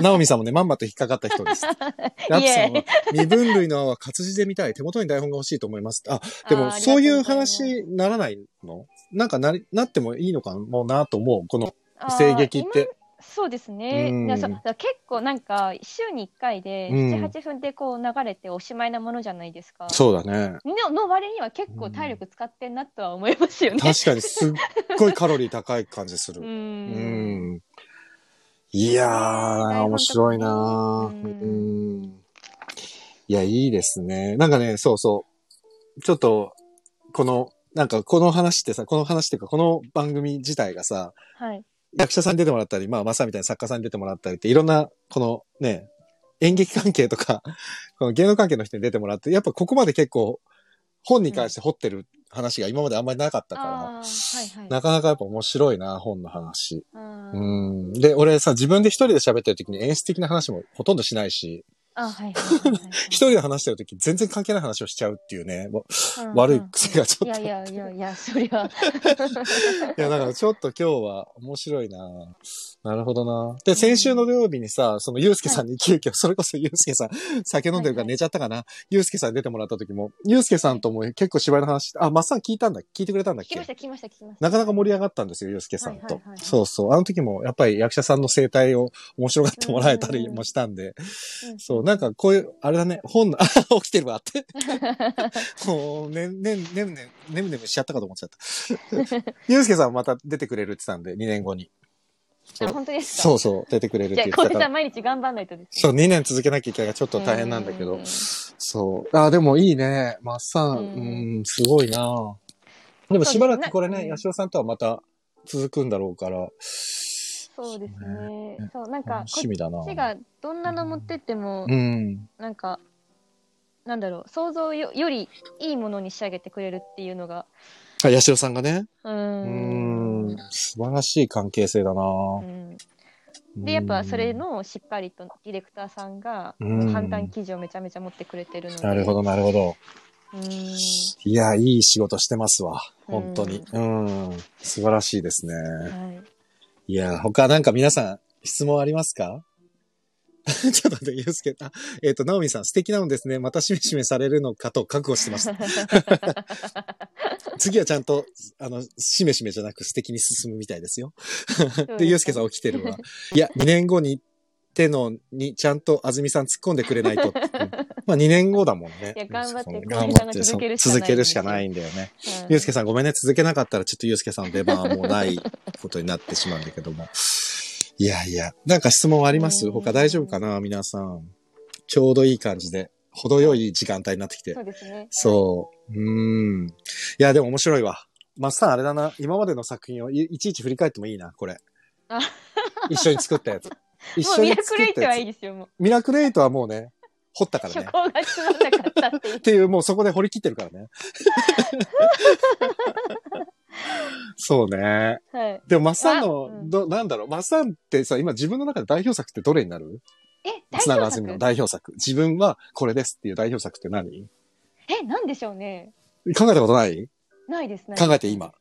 ナオミさんもね、まんまと引っかかった人です。さラ い。プさんイはエ、身分類の案は活字で見たい。手元に台本が欲しいと思います。 あ、ーでも、あーそういうあり話ならないのなんかなり、なってもいいのかもなと思う。この、がとうござい声ます劇って。あー今そうですね。うんいやそうだから結構なんか週に1回でうん7、8分でこう流れておしまいなものじゃないですか。そうだね。のの割には結構体力使ってんなとは思いますよね。確かにすっごいカロリー高い感じする。う。うんん。いやー、面白いなうんーうん。いや、いいですね。なんかね、そうそう。ちょっと、この、なんかこの話ってさ、この話っていうか、この番組自体がさ、はい。役者さんに出てもらったり、まあ、マサみたいな作家さんに出てもらったりって、いろんな、このね、 演劇関係とか、この芸能関係の人に出てもらって、やっぱここまで結構、本に関して掘ってる話が今まであんまりなかったから、ああー、はいはい。なかなかやっぱ面白いな、本の話。あーうん。で、俺さ、自分で一人で喋ってる時に演出的な話もほとんどしないし、あ、はいはいはいはい。一人で話してる時全然関係ない話をしちゃうっていうね、もうう ん悪い癖がちょっといやいやいやいや、そりゃ。いや、だからちょっと今日は面白いななるほどなで、先週の土曜日にさ、そのゆうすけさんに急遽、それこそゆうすけさん、酒飲んでるから寝ちゃったかな。ゆうすけさんに出てもらった時も、ゆうすけさんとも結構芝居の話、あ、まっさん聞いたんだ、聞いてくれたんだっ聞きましけた聞きました聞きました。なかなか盛り上がったんですよ、ゆうすけさんと。はいはいはいはいそうそう。あの時も、やっぱり役者さんの生態を面白がってもらえたりもしたんで、うん そう、なんかこういう、あれだね、本の、あ、起きてるわって。もう、ね、ね、ねむね、ねむねむしちゃったかと思っちゃった。ゆうすけさんまた出てくれるって言ってたんで、2年後に。そあう本当ですかそうそう、出てくれるっじてゃ言ってあ、こたれかさら。ん毎日頑張らないとです。そう、2年続けなきゃいけないからちょっと大変なんだけうどん。そう。あ、でもいいね。マッサン、ううんん、すごいなでもしばらくこれそうね、ですねヤシロさんとはまた続くんだろうから、そうですねね。そう、なんか、楽こしみだなっちがどんなの持ってってもう、ん。なんか、なんだろう、想像よよりいいものに仕上げてくれるっていうのが、あ、ヤシロさんがね。ううーんん。。素晴らしい関係性だなうんで、やっぱそれのしっかりとディレクターさんが、うん判断記事をめちゃめちゃ持ってくれてるので。なるほど、なるほど。うーん。いや、いい仕事してますわ。本当に。ううん。素晴らしいですね。はい。いや、他なんか皆さん、質問ありますか ちょっと待って、ゆうすけ、あ、えっ、と、ナオミさん、素敵なのですね。またしめしめされるのかと覚悟してま した。次はちゃんと、あの、しめしめじゃなく素敵に進むみたいですよ。かで、ゆうすけさん起きて るわ。いや、2年後にってのに、ちゃんと安住さん突っ込んでくれないと。うんまあ2年後だもんね。いや頑張ってそうこ頑れ張からって、続けるしかそうない続けるしかないんだよね。うんゆうすけさんごめんね、続けなかったらちょっとゆうすけさんの出番はもうないことになってしまうんだけども。 いやいや、なんか質問ありますうん他大丈夫かな皆さん。ちょうどいい感じで、程よい時間帯になってきてそ。うですね。そう。うーん。いや、でも面白いわ。マッサンあれだな。今までの作品をいいちいち振り返ってもいいな、これあ。一緒に作ったやつ。一 もう緒ミにラク作ルエっイたトはやいいつ。ですよ、もう。ミラクルエイトはもうね、掘ったから初ね。行がつまんなかったっていうっ。ていう、もうそこで掘り切ってるから ね。そうね。 はい。でも、マッサンあのう、んど、なんだろう、マッサンってさ、今自分の中で代表作ってどれになるえ、大つながらずみの丈夫代表作。自分はこれですっていう代表作って何え、なんでしょうね。考えたことないないですね。考えて今。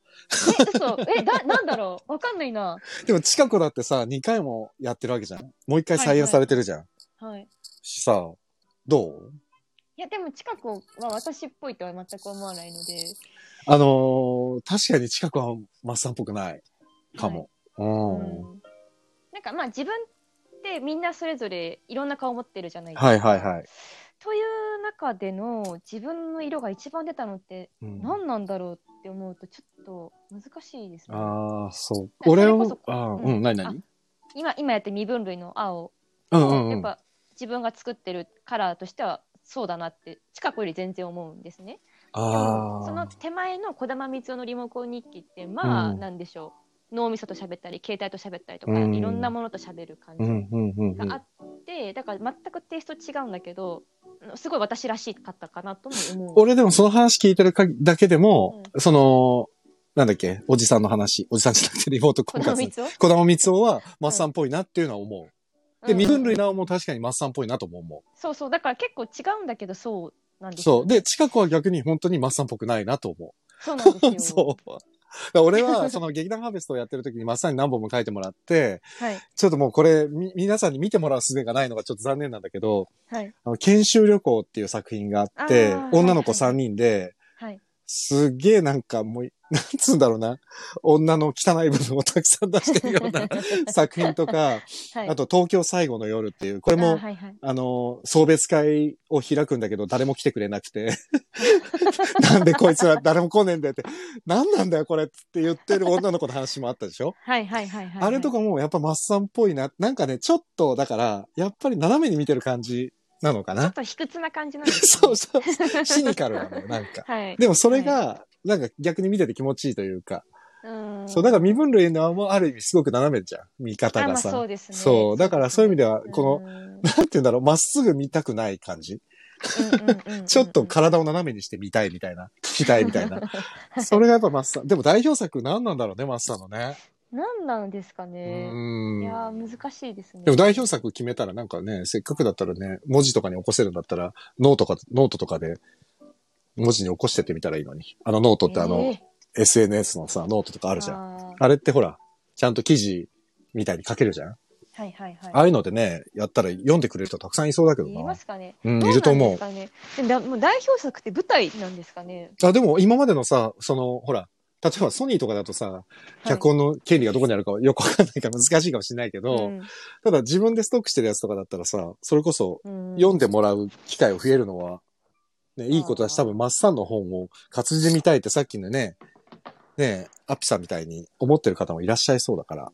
え、嘘。え、だ、なんだろう。わかんないな。でも、近くだってさ、2回もやってるわけじゃん。もう1回再演されてるじゃん。はい。しさ、どういや、でも、近くは私っぽいとは全く思わないので。あのー確かに近くはマッサンっぽくないかも。うん。うんなんか、まあ、自分ってみんなそれぞれいろんな顔持ってるじゃないですか。はいはいはい。という中での自分の色が一番出たのってうん何なんだろうって思うと、ちょっと難しいですね。ああ、そう。それ俺こをそ、あーうんうん、なになあに今、今やって身分類の青。うんうんうやっん。ぱ自分が作ってるカラーとしてはそうだなって近くより全然思うんですね。であもそのあ。手前の児玉光代のリモコン日記ってまあうんなんでしょう、脳みそと喋ったり携帯と喋ったりとか、うんいろんなものと喋る感うじんうんうんうんがあって、だから全くテイスト違うんだけどすごい私らしかったかなとも思う。俺でもその話聞いてるかだけでも、うその、なんだっけ、おじさんの話、おじさんじゃなくてリモート児婚玉活。光代小玉光雄はマッサンっぽいなっていうのは思う。で、うん身分類なおも確かにマッサンっぽいなとも思そうそうだから結構違うんだけどそうなんう。ですよそう。で、近くは逆に本当にマッサンっぽくないなと思そうなんですよう。 そう。だから俺は、その劇団ハーベストをやってる時にマッサンに何本も書いてもらって、はいちょっともうこれ、み、皆さんに見てもらう術がないのがちょっと残念なんだけど、はいあの、研修旅行っていう作品があって、あー女の子3人で、はいすっげえなんかもう、なんつうんだろうな、女の汚い部分をたくさん出してるよ うな作品とか、はいあと東京最後の夜っていう、これあも、ーはいはいあの、送別会を開くんだけど、誰も来てくれなくて、 なんでこいつら誰も来ねえんだよって、なんなんだよこれって言ってる女の子の話もあったでしょはいはいはいはいあれとかもやっぱマッサンっぽいな。なんかね、ちょっと、だから、やっぱり斜めに見てる感じなのかちょなっ。と卑屈な感じなんです、ね、そうそう。シニカルなのよ、なんか。はい。でもそれが、なんか逆に見てて気持ちいいというか。うんそう、だから身分類のもある意味すごく斜めじゃん。見方があまあそさう。ですね。そう、だからそういう意味では、この、の、なんて言うんだろう、まっすぐ見たくない感じ。 ちょっと体を斜めにして見たいみたいな、聞きたいみた いな。それがやっぱマスター。でも代表作何なんだろうね、マスターのね。何なんですかね。うんい。やー、難しいですね。でも代表作決めたらなんかね、せっかくだったらね、文字とかに起こせるんだったら、ノートか、ノートとかで、文字に起こしてってみたらいいのに。あのノートってあの、え SNS のさ、ノートとかあーるじゃん。あーあれってほら、ちゃんと記事みたいに書けるじゃん。はいはいはい。ああいうのでね、やったら読んでくれる人たくさんいそうだけどいまな。すかね。うん、いると思どなんですかね。でもだもう代表作って舞台なんですかね。う。あ、でも今までのさ、その、ほら、例えばソニーとかだとさ、脚本の権利がどこにあるかよくわかんないから難しいかもしれないけど、ただ自分でストックしてるやつとかだったらさ、それこそ読んで。でもらう機会を増えるのは、ね、いいことだし、あ多ー分マッサンの本を活字で見たいってさっきのね、ね、アピさんみたいに思ってる方もいらっしゃいそうだから。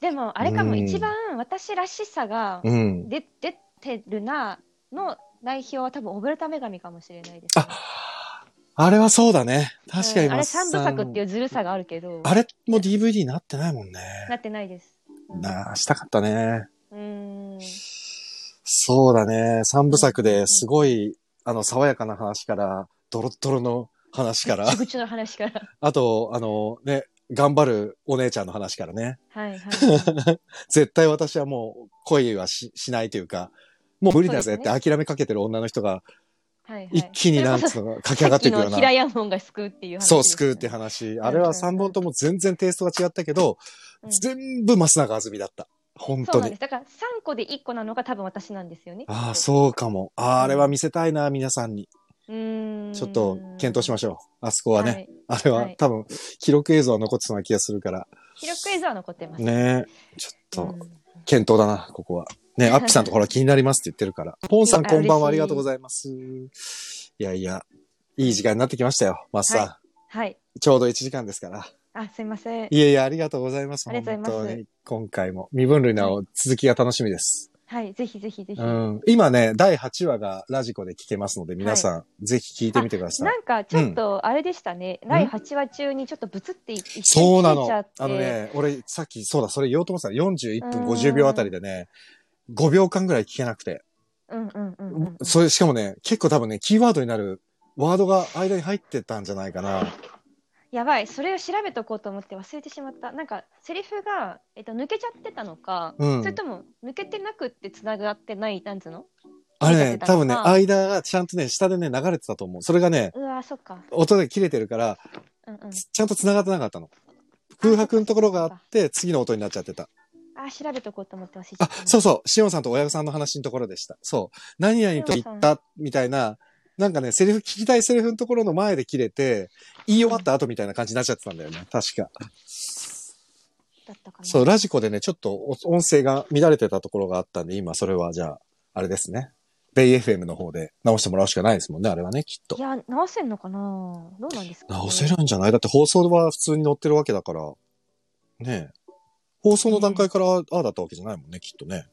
でもあれかも一番私らしさがうん。出出てるなの代表は多分オブルタ女神かもしれないですね、あ、あれはそうだね。確かにうんあマッれサン三部作っていうずるさがあるけどあれも DVD になってないもんね。なってないです。うんなあ、したかったね。うーんそうだね。三部作ですごい、あの、爽やかな話から、ドロッドロの話 から、口の話から。あと、あの、ね、頑張るお姉ちゃんの話からね。 はいはい。絶対私はもう恋はししないというか、もう無理だぜってそ諦めかけてる女の人が、はいはい、一気になんつうのが駆け上がっていくようさっきのな平。山門が救うっていう話ですね、そう、救うって話。あれは三本とも全然テイストが違ったけど、うん全部増永あずみだった。本そう当なにんで。す。だから3個で1個なのが多分私なんですよね。ああ、そうかも。あーあれは見せたいな、皆さんに。うーん。ちょっと検討しまししょう。あそこはね。はい、あれは、はい多分、記録映像は残ってそうな気がするから。広く映像は残ってます。ねえ。ちょっうと、ん検討だな、ここは。ねアッピさんところ気になりますって言ってる から。ポンさんあこんばんはあ嬉しりいがとうございます。いやいや、いい時間になってきましたよ、マスさん。はい。ちょうど1時間ですから。あ、すいません。いやいや、ありがとうございます。ありがとうございま本す当に今回も。未分類の続きが楽しみです。はい。ぜひぜひぜひ。うん。今ね、第8話がラジコで聞けますので、皆さん、ぜひ聞いてみてください。なんかちょっとあれでしたね、ん第8話中にちょっとブツって一瞬そうなの切れちゃって。あのね、俺、さっき、そうだ、それ言おうと思ってた。41分うん50秒あたりでね、5秒間ぐらい聞けなくて。うんうんうんうんうん、それ、しかもね、結構多分ね、キーワードになるワードが間に入ってたんじゃないかな。やばい、それを調べとこうと思って忘れてしまった。なんか、セリフが、えっと、抜けちゃってたのか、うんそれとも、抜けてなくって繋がってない、なんつうのあれ入っね、てた多の分かね、間がちゃんとね、下でね、流れてたと思う。それがね、うわー、そっか。音で切れてるから、うんうん。ちゃんと繋がってなかったの。空白のところがあって、次の音になっちゃってた。あー、調べとこうと思って忘れちゃあった。、。そううそう、しおんさんと親御さんの話のところでした。そう。何々と言った、みたいな、なんかね、セリフ、聞きたいセリフのところの前で切れて、言い終わった後みたいな感じになっちゃってたんだよね。確か。だったかな。そう、ラジコでね、ちょっとお音声が乱れてたところがあったんで、今それはじゃあ、あれですね。ベイ FM の方で直してもらうしかないですもんね、あれはね、きっとい。や、直せんのかなどうなんですか、ね、直せるんじゃないだって放送は普通に載ってるわけだから、ねえ。放送の段階からああだったわけじゃないもんね、きっとね。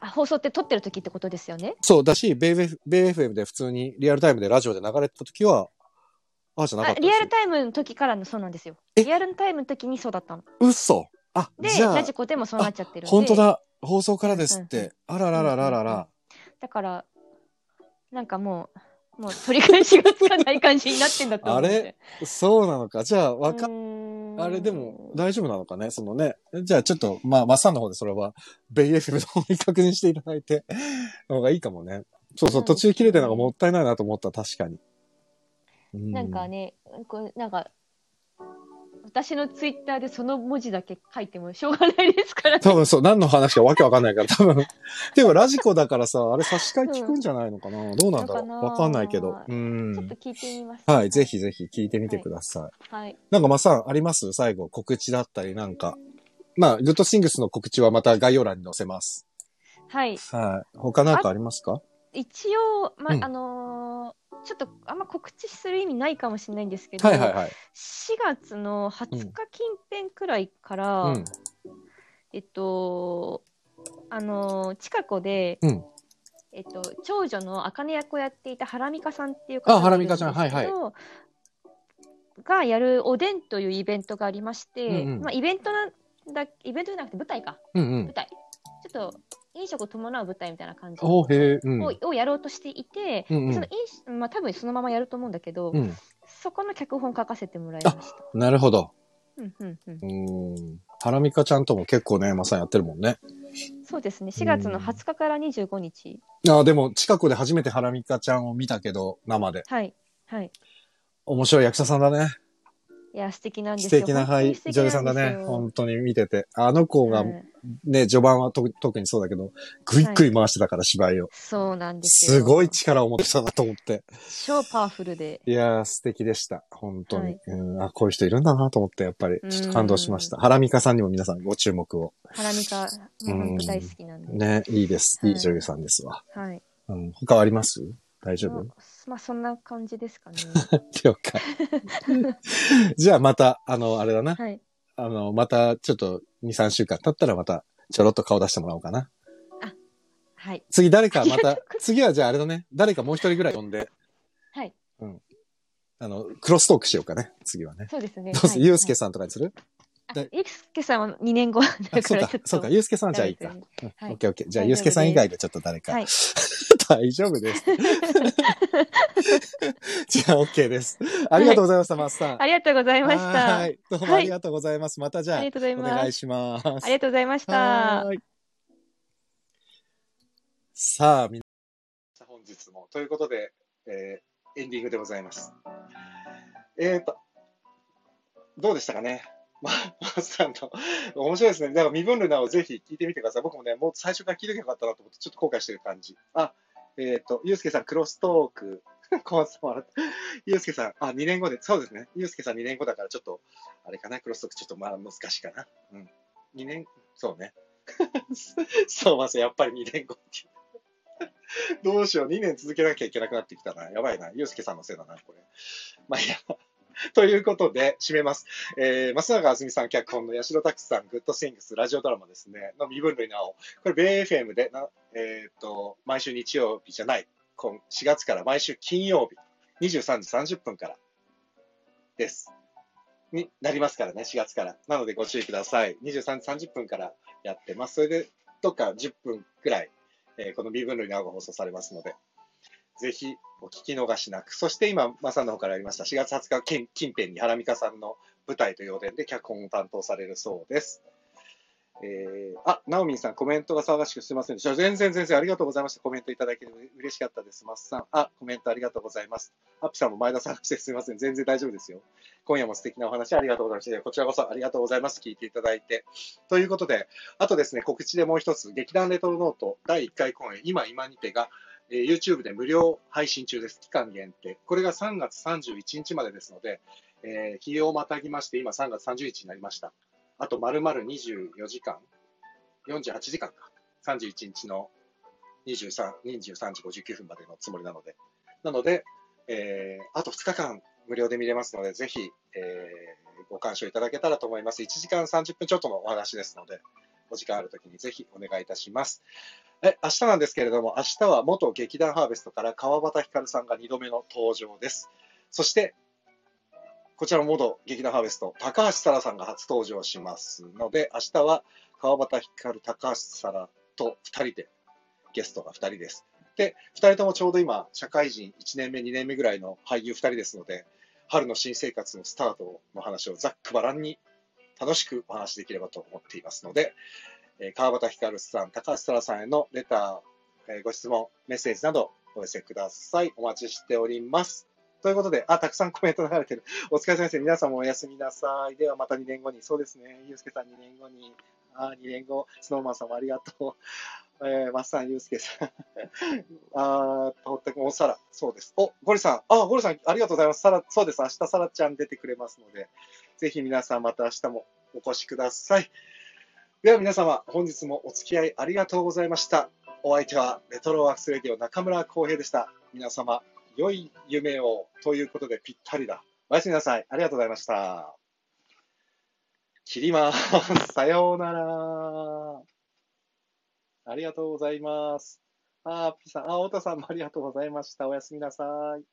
あ、放送って撮ってる時ってことですよね。そうだし、ベイウェフベイ FM で普通にリアルタイムでラジオで流れてた時は、ああじゃなかあったリアルタイムの時からのそうなんですよ。えリアルタイムの時にそうだったの。嘘あ、でじ、ゃラあジ、コでもそうなっちゃってるんで。本当。だ。放送からですっうんうて。あらららららら。だから、なんかもう、もう取り返しがつかない感じになってんだと思って。あれそうなのか。じゃあ、わうか、ーんあれでも大丈夫なのかねそのね。じゃあちょっと、まあ、マッサンの方でそれは、ベイ FM の方に確認していただいて、 の方がいいかもね。そうそう、うん途中切れてるのがもったいないなと思った、確かに。うなんか。ね、こうなんか、私のツイッターでその文字だけ書いてもしょうがないですから、多分そう、何の話かわけわかんないから、多分。でもラジコだからさ、あれ差し替え聞くんじゃないのかな、どうなんだろうのかなわかんないけど。うちょっとん。聞いてみます。はい、ぜ。ひぜひ聞いてみてください。はい。なんかまあさん、あります最後、告知だったりなんか。まあ、グッドシングスの告知はまた概要欄に載せます。はい。はい。他なんかありますか一応、ま、うんあのーちょっとあんま告知する意味ないかもしれないんですけど、はいはいはい。 4月の20日近辺くらいから、うん。えっと、あのー、近くで、うんえっと、長女の茜役をやっていたハラミカさんっていうあハラミカちちゃゃんんですけどがやるおでんというイベントがありまして、うんうんまあ、イベントなんだ、イベントじゃなくて舞台か、うんうん舞。台。ちょっと、飲食を伴う舞台みたいな感じおをうへえ、うん。うんをやろうとしていて、うんその飲食まあ多分そのままやると思うんだけど、うん。そこの脚本書かせてもらいました。なるほど。うんうんうんう、ーん。ハラミカちゃんとも結構ね、まさんやってるもんね。そうですね4月の20日から25日、ああ、でも近くで初めてハラミカちゃんを見たけど、生で。はいはい面白い役者さんだね。いや素敵なんです素よ敵な、は本当にい素、敵女優なさんだですね。よ本当に見てて。あの子がはいね、序盤はと特にそうだけど、ぐいぐい回してたから芝居を。そうなんですよすごい力を持ってたなと思って。超パワフルでいやー、素敵でした。本当に。はいうん、あ、こういう人いるんだなと思って、やっぱり、うんちょっと感動しました。ハラミカさんにも皆さんご注目を。ハラミカもう本当大好きなんで、ね、いいです。いいはい女優さんですわ。はいうん、他あります大丈まあ夫まあそんな感じですか ね了 解。じゃあまた、あの、あれだな。はいあの、また、ちょっと、2、3週間経ったらまた、ちょろっと顔出してもらおうかな。はい次誰かまありたがとうございま、す次はじゃああれだね。誰かもう一人ぐらい呼んで、はいあの、クロストークしようかね。次はね。そうですねどうすはるいゆうすけさんとかにするはいあゆうすけさんは2年後だあかそうらかちょっ、とそうか。ゆうすけさんはじゃあいいか。うんはいオッケーオッケー。じゃあ、大丈夫ですゆうすけさん以外でちょっと誰か。はい大丈夫です。 じゃあ、オッケーです。ありがとうございました、マスター。ありがとうございましたはあい。どうもはいありがとうございます。またじゃあり、がとうございおます願いします。ありがとうございましたはーいさあ、み本日も。ということで、えーエンディングでございます。えーと、どうでしたかね ま、まさんの、面白いですね。だから未分類などぜひ聞いてみてください。僕もね、もう最初から聞いてきゃよかったなと思って、ちょっと後悔してる感じ。あ、えっ、と、ゆうすけさん、クロストーク。 小松さん笑ってゆうすけさん、あ、2年後で、そうですね。ゆうすけさん2年後だから、ちょっと、あれかな、クロストーク、ちょっとまあ難しいかな。うん。2年、そうね。 そう、まさん、やっぱり2年後っていう。どうしよう、2年続けなきゃいけなくなってきたな。やばいな。ゆうすけさんのせいだな、これ。まあいいや。 ということで、締めます。えー、増永あずみさん脚本の八代拓さん、グッドシングス、ラジオドラマですね、の身分類なお。これ、ベイ FM でな、えーっと、毎週日曜日じゃない、今4月から毎週金曜日、23時30分からです。になりますからね、4月から。なのでご注意ください。23時30分からやってます。それで、どっか10分くらいえーこの B 分類の青が放送されますので、ぜひお聞き逃しなく。そして今、マサの方からありました、4月20日近近辺にハラミカさんの舞台というおでんで脚本を担当されるそうです。えーあ、ナオミンさん、コメントが騒がしくすみませんでした。全然全然ありがとうございました。コメントいただけて嬉しかったです。マスさん、あ、コメントありがとうございます。アップさんも前田さんがしてすみません。全然大丈夫ですよ。今夜も素敵なお話ありがとうございました。こちらこそありがとうございます。聞いていただいて。ということで、あとですね、告知でもう一つ、劇団レトロノート第1回公演、今今にてが、えー YouTube で無料配信中です。期間限定。これが3月31日までですので、えー日をまたぎまして、今3月30日になりました。あと、丸々24時間、48時間か。31日の23 23時59分までのつもりなので。なので、えーあと2日間無料で見れますので、ぜひ、えーご鑑賞いただけたらと思います。1時間30分ちょっとのお話ですので、お時間あるときにぜひお願いいたします。え、明日なんですけれども、明日は元劇団ハーベストから川端ひかるさんが2度目の登場です。そして、こちらも元劇団ハーベスト、高橋沙羅さんが初登場しますので、明日は川端ひかる、高橋沙羅と2人で、ゲストが2人です。で、2人ともちょうど今、社会人1年目、2年目ぐらいの俳優2人ですので、春の新生活のスタートの話をざっくばらんに楽しくお話しできればと思っていますので、えー川端ひかるさん、高橋沙羅さんへのレター、えーご質問、メッセージなどお寄せください。お待ちしております。ということで、あ、たくさんコメント流れてる。お疲れ様です。皆さんもおやすみなさい。ではまた2年後に。そうですね。ゆうすけさん2年後に。あー、2年後。スノーマンさんもありがとう。えー、マスさん、ゆうすけさん。あー、とってもおさら。そうです。お、ゴリさん。あ、ゴリさん、ありがとうございます。さら、そうです。明日さらちゃん出てくれますので、ぜひ皆さんまた明日もお越しください。では皆様、本日もお付き合いありがとうございました。お相手はレトロワークスレディオ中村浩平でした。皆様、良い夢をということでぴったりだ。おやすみなさい。ありがとうございました。切ります。さようなら。ありがとうございます。あー、ピーさん、あ、太田さんもありがとうございました。おやすみなさい。